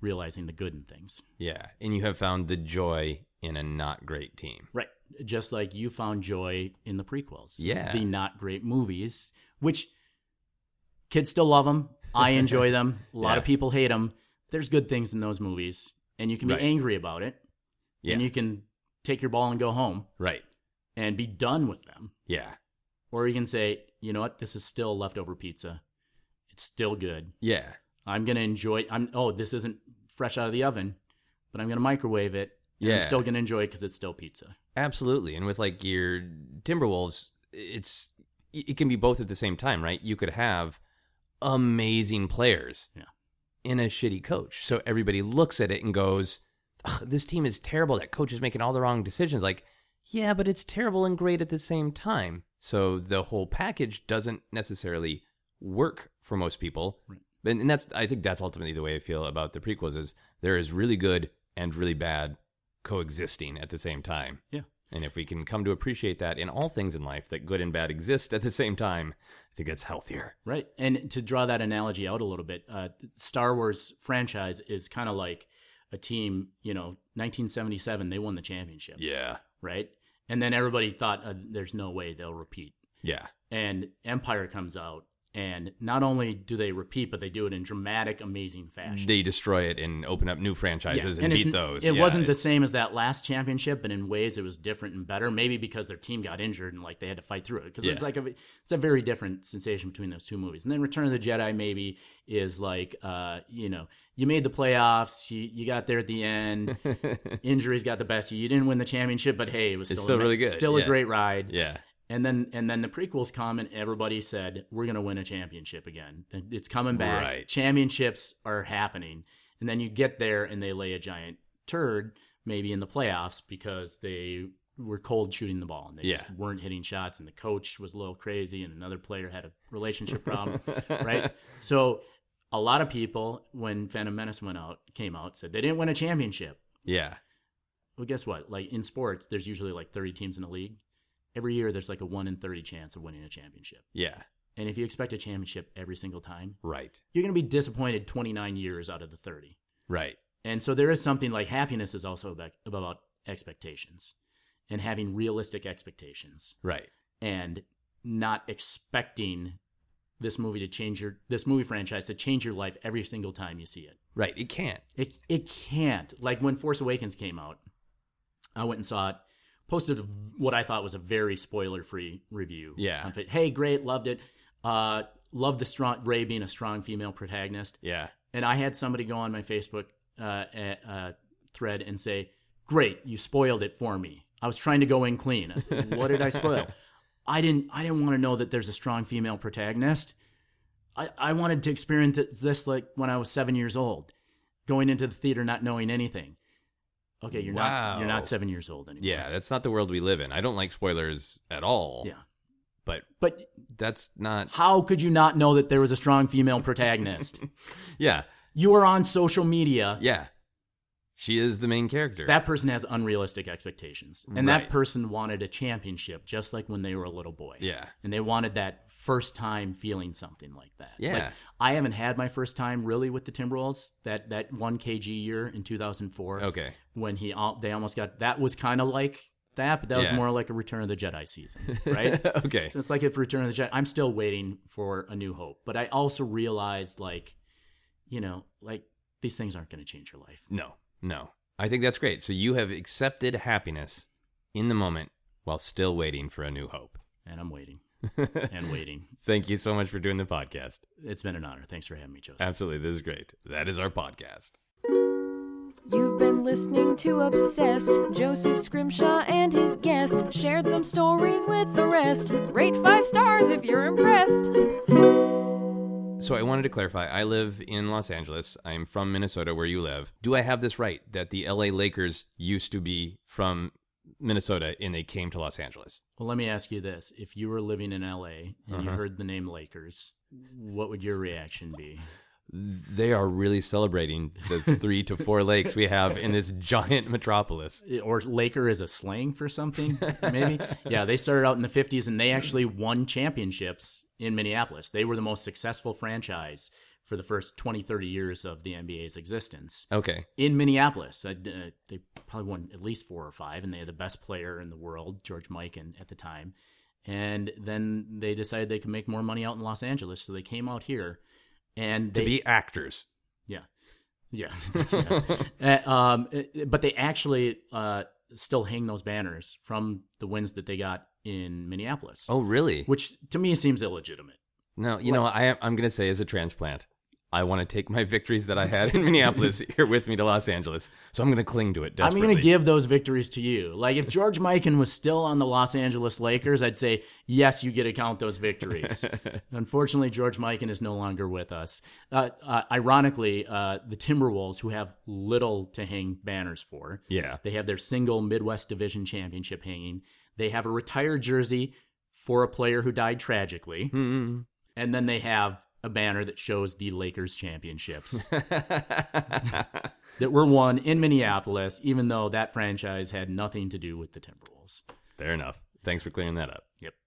realizing the good in things.
Yeah. And you have found the joy in a not great team.
Right. Just like you found joy in the prequels.
Yeah.
The not great movies, which kids still love them.
<laughs>
I enjoy them. A lot of
Yeah.
people hate them. There's good things in those movies, and you can be
Right.
angry about it,
Yeah.
and you can take your ball and go home
right.
and be done with them.
Yeah.
Or you can say, you know what? This is still leftover pizza. It's still good.
Yeah.
I'm going to enjoy I'm oh, this isn't fresh out of the oven, but I'm going to microwave it. and
Yeah.
I'm still going to enjoy it cuz it's still pizza.
Absolutely. And with like your Timberwolves, it's it can be both at the same time, right? You could have amazing players
Yeah.
in a shitty coach. So everybody looks at it and goes, "Ugh, "This team is terrible. That coach is making all the wrong decisions." Like, yeah, but it's terrible and great at the same time. So the whole package doesn't necessarily work for most people.
Right.
And, and that's I think that's ultimately the way I feel about the prequels is there is really good and really bad coexisting at the same time.
Yeah.
And if we can come to appreciate that in all things in life, that good and bad exist at the same time, I think that's healthier.
Right. And to draw that analogy out a little bit, uh, Star Wars franchise is kind of like a team, you know, 1977, they won the championship,
Yeah.
right? And then everybody thought, uh, there's no way they'll repeat.
Yeah.
And Empire comes out, and not only do they repeat, but they do it in dramatic, amazing fashion.
They destroy it and open up new
Yeah,
franchises and,
and it's
beat
n-
those.
It
Yeah,
wasn't the
it's-
same as that last championship, but in ways it was different and better. Maybe because their team got injured and like they had to fight through it. Because it's
Yeah.
like a, it's a very different sensation between those two movies. And then Return of the Jedi maybe is like, uh, you know, you made the playoffs, you, you got there at the
<laughs>
end, injuries got the best. of You You didn't win the championship, but hey, it was still,
still
ama-
really good,
still
yeah.
a great ride.
Yeah.
And then and then the prequels come and everybody said we're gonna win a championship again. It's coming back.
Right.
Championships are happening. And then you get there and they lay a giant turd maybe in the playoffs because they were cold shooting the ball and they just
Yeah.
weren't hitting shots and the coach was a little crazy and another player had a relationship problem, <laughs> <laughs> right? So a lot of people when Phantom Menace went out came out said they didn't win a championship.
Yeah.
Well, guess what? Like in sports, there's usually like 30 teams in a league. Every year, there's like a one in 30 chance of winning a championship.
Yeah.
And if you expect a championship every single time,
Right.
you're going to be disappointed 29 years out of the 30.
Right.
And so there is something like happiness is also about, about expectations and having realistic expectations
Right.
and not expecting this movie to change your this movie franchise to change your life every single time you see it.
Right. It can't.
It it can't. Like when Force Awakens came out, I went and saw it. Posted what I thought was a very spoiler-free review.
Yeah.
on it. Hey, great, loved it. Uh, loved the strong Ray being a strong female protagonist.
Yeah.
And I had somebody go on my Facebook uh, eh, uh, thread and say, "Great, you spoiled it for me. I was trying to go in clean. I said, what did I spoil?
<laughs>
I didn't. I didn't want to know that there's a strong female protagonist. I, I wanted to experience th- this like when I was seven years old, going into the theater not knowing anything. Okay, you're not you're
Wow.
not seven years old anymore.
Yeah. That's not the world we live in. I don't like spoilers at all.
Yeah.
But
But
that's not.
how could you not know that there was a strong
<laughs>
female protagonist?
Yeah.
you are on social media.
Yeah. She is the main character.
That person has unrealistic expectations. And
Right.
that person wanted a championship just like when they were a little boy.
yeah.
And they wanted that first time feeling something like that.
Yeah.
Like, I haven't had my first time really with the Timberwolves that that 1 kg year in 2004
Okay.
when he al- they almost got that was kind of like that, but that was
Yeah.
more like a Return of the Jedi season, right?
<laughs> okay.
So it's like if Return of the Jedi, I'm still waiting for A New Hope, but I also realized like, you know, like these things aren't going to change your life.
No, no. I think that's great. So you have accepted happiness in the moment while still waiting for a new hope.
And I'm waiting and waiting.
Thank you so much for doing the podcast.
It's been an honor. Thanks for having me, Joseph.
Absolutely. This is great. That is our podcast.
You've been listening to Obsessed. Joseph Scrimshaw and his guest shared some stories with the rest. Rate five stars if you're impressed.
So I wanted to clarify I live in Los Angeles. I'm from Minnesota, where you live. Do I have this right that the LA Lakers used to be from Minnesota and they came to Los Angeles?
Well, let me ask you this. If you were living in LA and you heard the name Lakers, what would your reaction be?
They are really celebrating the three to four lakes we have in this giant metropolis.
Or Laker is a slang for something, maybe? yeah, they started out in the 50s and they actually won championships in Minneapolis. They were the most successful franchise for the first 20, 30 years of the NBA's existence.
Okay.
in Minneapolis. I, uh, they probably won at least four or five, and they had the best player in the world, George Mikan, at the time. And then they decided they could make more money out in Los Angeles, so they came out here, and they
to be actors.
yeah, <laughs> yeah, <laughs> yeah. Uh, um, uh, but they actually uh, still hang those banners from the wins that they got in Minneapolis,
Oh, really?
which to me seems illegitimate.
No, you know, I, I'm going to say as a transplant, I want to take my victories that I had in Minneapolis here with me to Los Angeles. So I'm going to cling to it
I'm
desperately.
going to give those victories to you. Like if George Mikan was still on the Los Angeles Lakers, I'd say yes, you get to count those victories. Unfortunately, George Mikan is no longer with us. Uh, uh, ironically, uh, the Timberwolves, who have little to hang banners for,
Yeah.
they have their single Midwest Division championship hanging. They have a retired jersey for a player who died tragically,
Mm.
and then they have a banner that shows the Lakers championships that were won in Minneapolis, even though that franchise had nothing to do with the Timberwolves.
Fair enough. Thanks for clearing that up.
Yep.